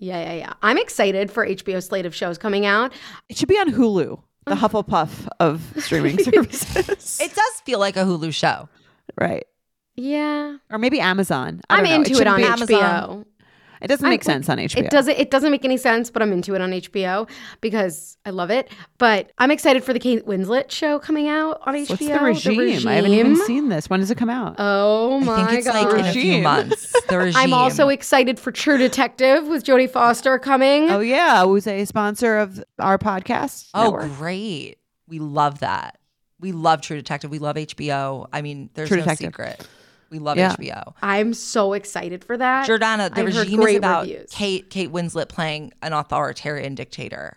S1: yeah, yeah, yeah. I'm excited for HBO slate of shows coming out.
S3: It should be on Hulu, the Hufflepuff of streaming services.
S2: It does feel like a Hulu show.
S3: right.
S1: Yeah,
S3: Or maybe Amazon. I
S1: I'm
S3: don't know.
S1: into it,
S3: shouldn't
S1: on
S3: be-
S1: HBO.
S2: Amazon.
S3: It doesn't
S1: I'm-
S3: make sense on HBO.
S1: It doesn't. It doesn't make any sense, but I'm into it on HBO because I love it. But I'm excited for the Kate Winslet show coming out on HBO.
S3: What's the regime? I haven't even seen this. When does it come out?
S1: Oh my
S2: I think it's
S1: god!
S2: like in a few
S3: Regime.
S2: months. The regime.
S1: I'm also excited for True Detective with Jodie Foster coming.
S3: oh yeah, who's a sponsor of our podcast?
S2: Oh,
S3: network.
S2: great. We love that. We love True Detective. We love HBO. I mean, there's
S3: True
S2: no
S3: Detective.
S2: secret. We love
S3: Yeah.
S2: HBO.
S1: I'm so excited for that.
S2: Jordana, the
S1: I've heard
S2: regime is
S1: great
S2: about
S1: reviews.
S2: Kate Kate Winslet playing an authoritarian dictator.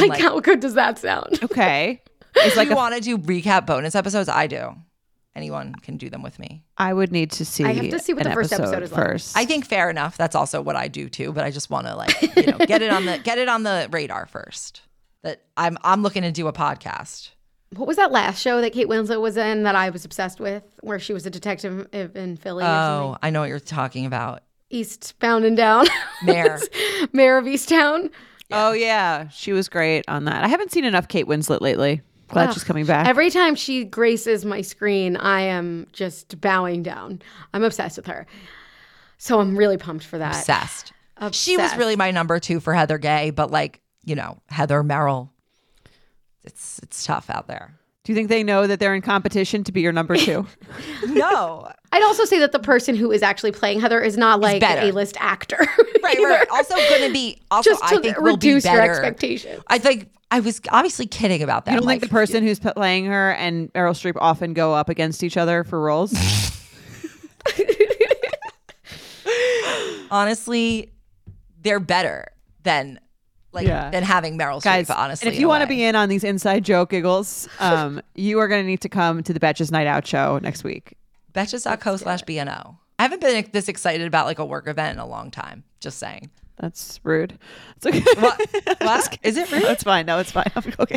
S1: Like,
S2: like,
S1: how good does that sound?
S3: Okay.
S2: if you want to do recap bonus episodes, I do. Anyone can do them with me.
S3: I would need to see.
S1: I have to see what
S3: an
S1: the first episode is like.
S3: first.
S2: I think fair enough. That's also what I do too. But I just want to like you know get it on the get it on the radar first. That I'm I'm looking to do a podcast.
S1: What was that last show that Kate Winslet was in that I was obsessed with, where she was a detective in Philly? or something?
S2: Oh, I know what you're talking about.
S1: Eastbound and Down,
S2: Mayor.
S1: Mayor of Easttown.
S3: Oh yeah, she was great on that. I haven't seen enough Kate Winslet lately. Glad she's coming back.
S1: Every time she graces my screen, I am just bowing down. I'm obsessed with her. So I'm really pumped for that.
S2: obsessed. She was
S1: Obsessed.
S2: really my number two for Heather Gay, but like you know Heather Merrill. It's it's tough out there.
S3: Do you think they know that they're in competition to be your number two?
S2: No,
S1: I'd also say that the person who is actually playing Heather is not like
S2: better.
S1: an A-list actor.
S2: right,
S1: either.
S2: right. Also, going to be also
S1: Just
S2: I
S1: to
S2: think will be
S1: reduce
S2: better.
S1: your expectations.
S2: I think I was obviously kidding about that.
S3: you don't
S2: like,
S3: think the person who's p- playing her and Meryl Streep often go up against each other for roles?
S2: honestly, they're better than like
S3: Yeah.
S2: than having Meryl
S3: Guys,
S2: Streep. Honestly,
S3: and if you want to
S2: to
S3: be in on these inside joke giggles, um, you are going to need to come to the Betches Night Out show next week.
S2: betches.co slash bno. I haven't been like, this excited about like a work event in a long time. Just saying.
S3: That's rude. It's okay.
S2: What? what? Is it
S3: No,
S2: rude?
S3: it's fine. No, it's fine. I'm okay.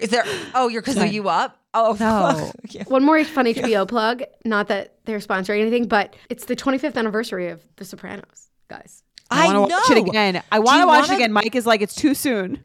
S2: Is there? Oh, you're because are you up? Oh
S3: No.
S2: fuck. Yeah.
S1: One more fun HBO plug. Not that they're sponsoring anything, but it's the 25th anniversary of The Sopranos, guys.
S3: I,
S2: know.
S3: want to watch it again. I
S2: Do
S3: want to
S2: you
S3: watch
S2: wanna-
S3: it again. Mike is like, it's too soon.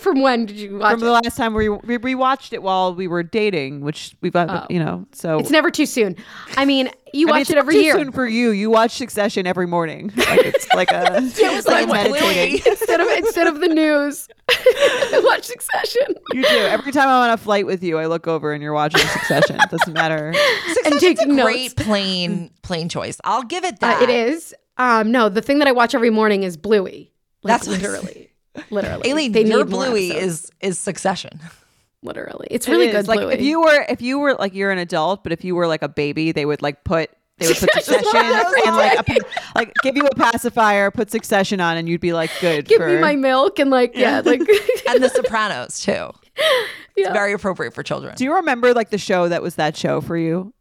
S1: From when did you watch
S3: From the
S1: it?
S3: last time we we rewatched it while we were dating, which we've got, you know, so
S1: Oh. It's never too soon. I mean, you
S3: I mean,
S1: watch
S3: it's
S1: it
S3: not
S1: every
S3: too
S1: year.
S3: soon for you. You watch Succession every morning. Like, it's like a.
S2: It was like
S3: meditating.
S2: Bluey.
S1: instead of instead of the news. I watch Succession.
S3: You do. Every time I'm on a flight with you, I look over and you're watching Succession. Doesn't matter.
S2: Succession's
S1: taking
S2: a
S1: notes.
S2: great plain plain choice. I'll give it
S1: Uh,
S2: that.
S1: it is. Um, no, the thing that I watch every morning is Bluey. Like,
S2: That's what I
S1: literally, literally.
S2: Aileen,
S1: They
S2: your
S1: need more
S2: Bluey
S1: episodes.
S2: is is Succession.
S1: literally. It's really
S3: It is.
S1: good.
S3: Like
S1: Bluey.
S3: if you were if you were like you're an adult, but if you were like a baby, they would like put they would put succession and like a, pa- like give you a pacifier, put succession on, and you'd be like good.
S1: give
S3: for,
S1: me my milk and like yeah, like
S2: and The Sopranos too. It's
S1: Yeah.
S2: very appropriate for children.
S3: Do you remember like the show that was that show for you?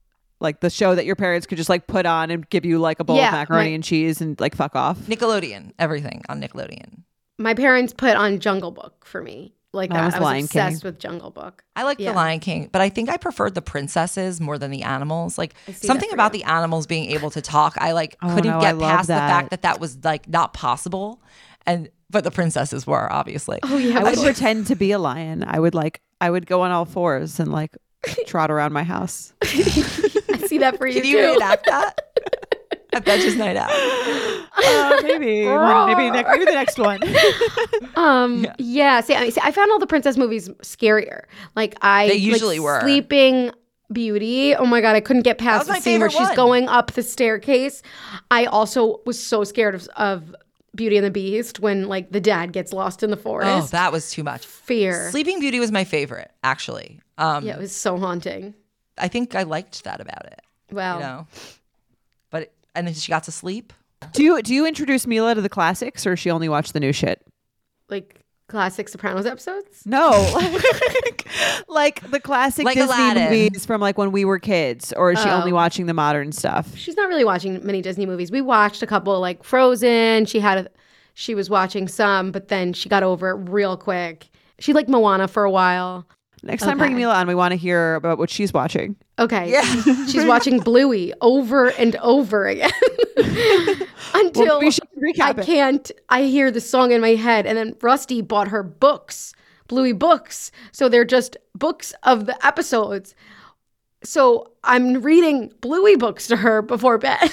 S3: Like the show that your parents could just like put on and give you like a bowl
S1: Yeah,
S3: of macaroni
S1: my-
S3: and cheese and like fuck off.
S2: Nickelodeon, everything on Nickelodeon.
S1: my parents put on Jungle Book for me. Like
S3: Mine
S1: that.
S3: was
S1: I was
S3: Lion King.
S1: obsessed with Jungle Book.
S2: I like
S1: Yeah.
S2: the Lion King, but I think I preferred the princesses more than the animals. Like
S1: see
S2: something
S1: that for
S2: about
S1: you.
S2: the animals being able to talk, I like
S3: Oh,
S2: couldn't
S3: no, I
S2: get
S3: love
S2: past the
S3: that.
S2: fact that that was like not possible. And but the princesses were obviously.
S1: Oh yeah,
S3: I would
S1: but-
S3: pretend to be a lion. I would like I would go on all fours and like trot around my house.
S1: I see that for you,
S2: Did you
S1: too.
S2: reenact that? Oh, At Betches Night Out.
S3: Uh, maybe maybe next maybe the next one.
S1: Um. Yeah. see, I, see, I found all the princess movies scarier. Like I,
S2: They
S1: like,
S2: usually were.
S1: Sleeping Beauty. Oh my god, I couldn't get past
S2: was
S1: the
S2: my
S1: scene where
S2: favorite
S1: she's
S2: one.
S1: going up the staircase. I also was so scared of, of Beauty and the Beast when like the dad gets lost in the
S2: Oh,
S1: forest.
S2: that was too much.
S1: Fear.
S2: Sleeping Beauty was my favorite, actually. Um,
S1: Yeah, it was so haunting.
S2: I think I liked that about it.
S1: Wow.
S2: You know, but it- and then she got to sleep.
S3: Do you do you introduce Mila to the classics or does she only watch the new shit?
S1: Like classic Sopranos episodes.
S3: No. like, the classic
S2: Like
S3: Disney
S2: Aladdin.
S3: movies from like when we were kids, or is she
S1: Oh.
S3: only watching the modern stuff?
S1: She's not really watching many Disney movies. We watched a couple like Frozen. She had a, she was watching some, but then she got over it real quick. She liked Moana for a while.
S3: Next time bring
S1: Okay.
S3: Mila on, we want to hear about what she's watching.
S1: Okay. She's watching Bluey over and over again until
S3: Well, we should
S1: I
S3: recap it.
S1: can't. I hear the song in my head, and then Rusty bought her books, Bluey books. So they're just books of the episodes. So I'm reading Bluey books to her before bed.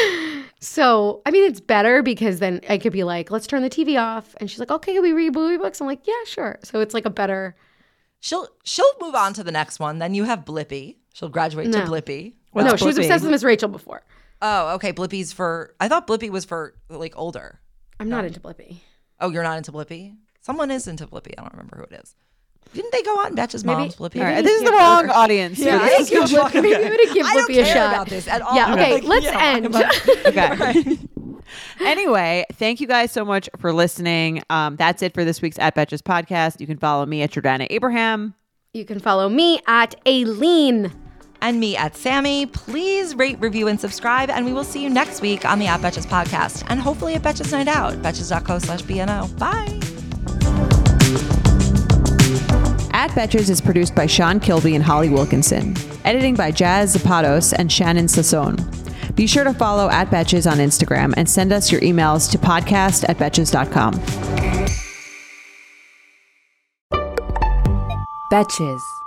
S1: so I mean, it's better because then I could be like, "Let's turn the TV off," and she's like, "Okay, can we read Bluey books?" I'm like, "Yeah, sure." So it's like a better.
S2: She'll she'll move on to the next one. Then you have Blippy. She'll graduate
S1: No.
S2: to Blippy.
S1: no, she was
S3: Blippy?
S1: obsessed with Miss Rachel before.
S2: Oh, okay. Blippy's for. I thought Blippy was for like older.
S1: I'm not into Blippy.
S2: Oh, you're not into Blippy. Someone is into Blippy. I don't remember who it is. Didn't they go on Betches
S1: Maybe-
S2: Mom's Blippy?
S1: maybe-
S3: All right, this is the wrong audience.
S2: Yeah, I
S3: Yeah.
S2: don't give a fuck
S1: Maybe
S2: about
S1: we would give
S2: I don't
S1: Blippy a
S2: care
S1: shot.
S2: about this at all.
S1: Yeah, okay,
S2: Like,
S1: let's
S2: yeah,
S1: end.
S3: Okay.
S2: Right.
S3: anyway, thank you guys so much for listening. Um, that's it for this week's At Betches podcast. You can follow me at Jordana Abraham.
S1: You can follow me at Aileen.
S2: and me at Sammy. Please rate, review, and subscribe. And we will see you next week on the At Betches podcast and hopefully at Betches Night Out, betches.co slash BNO. Bye.
S3: At Betches is produced by Sean Kilby and Holly Wilkinson. Editing by Jazz Zapatos and Shannon Sassone. Be sure to follow at Betches on Instagram and send us your emails to podcast at Betches.com.
S6: Betches.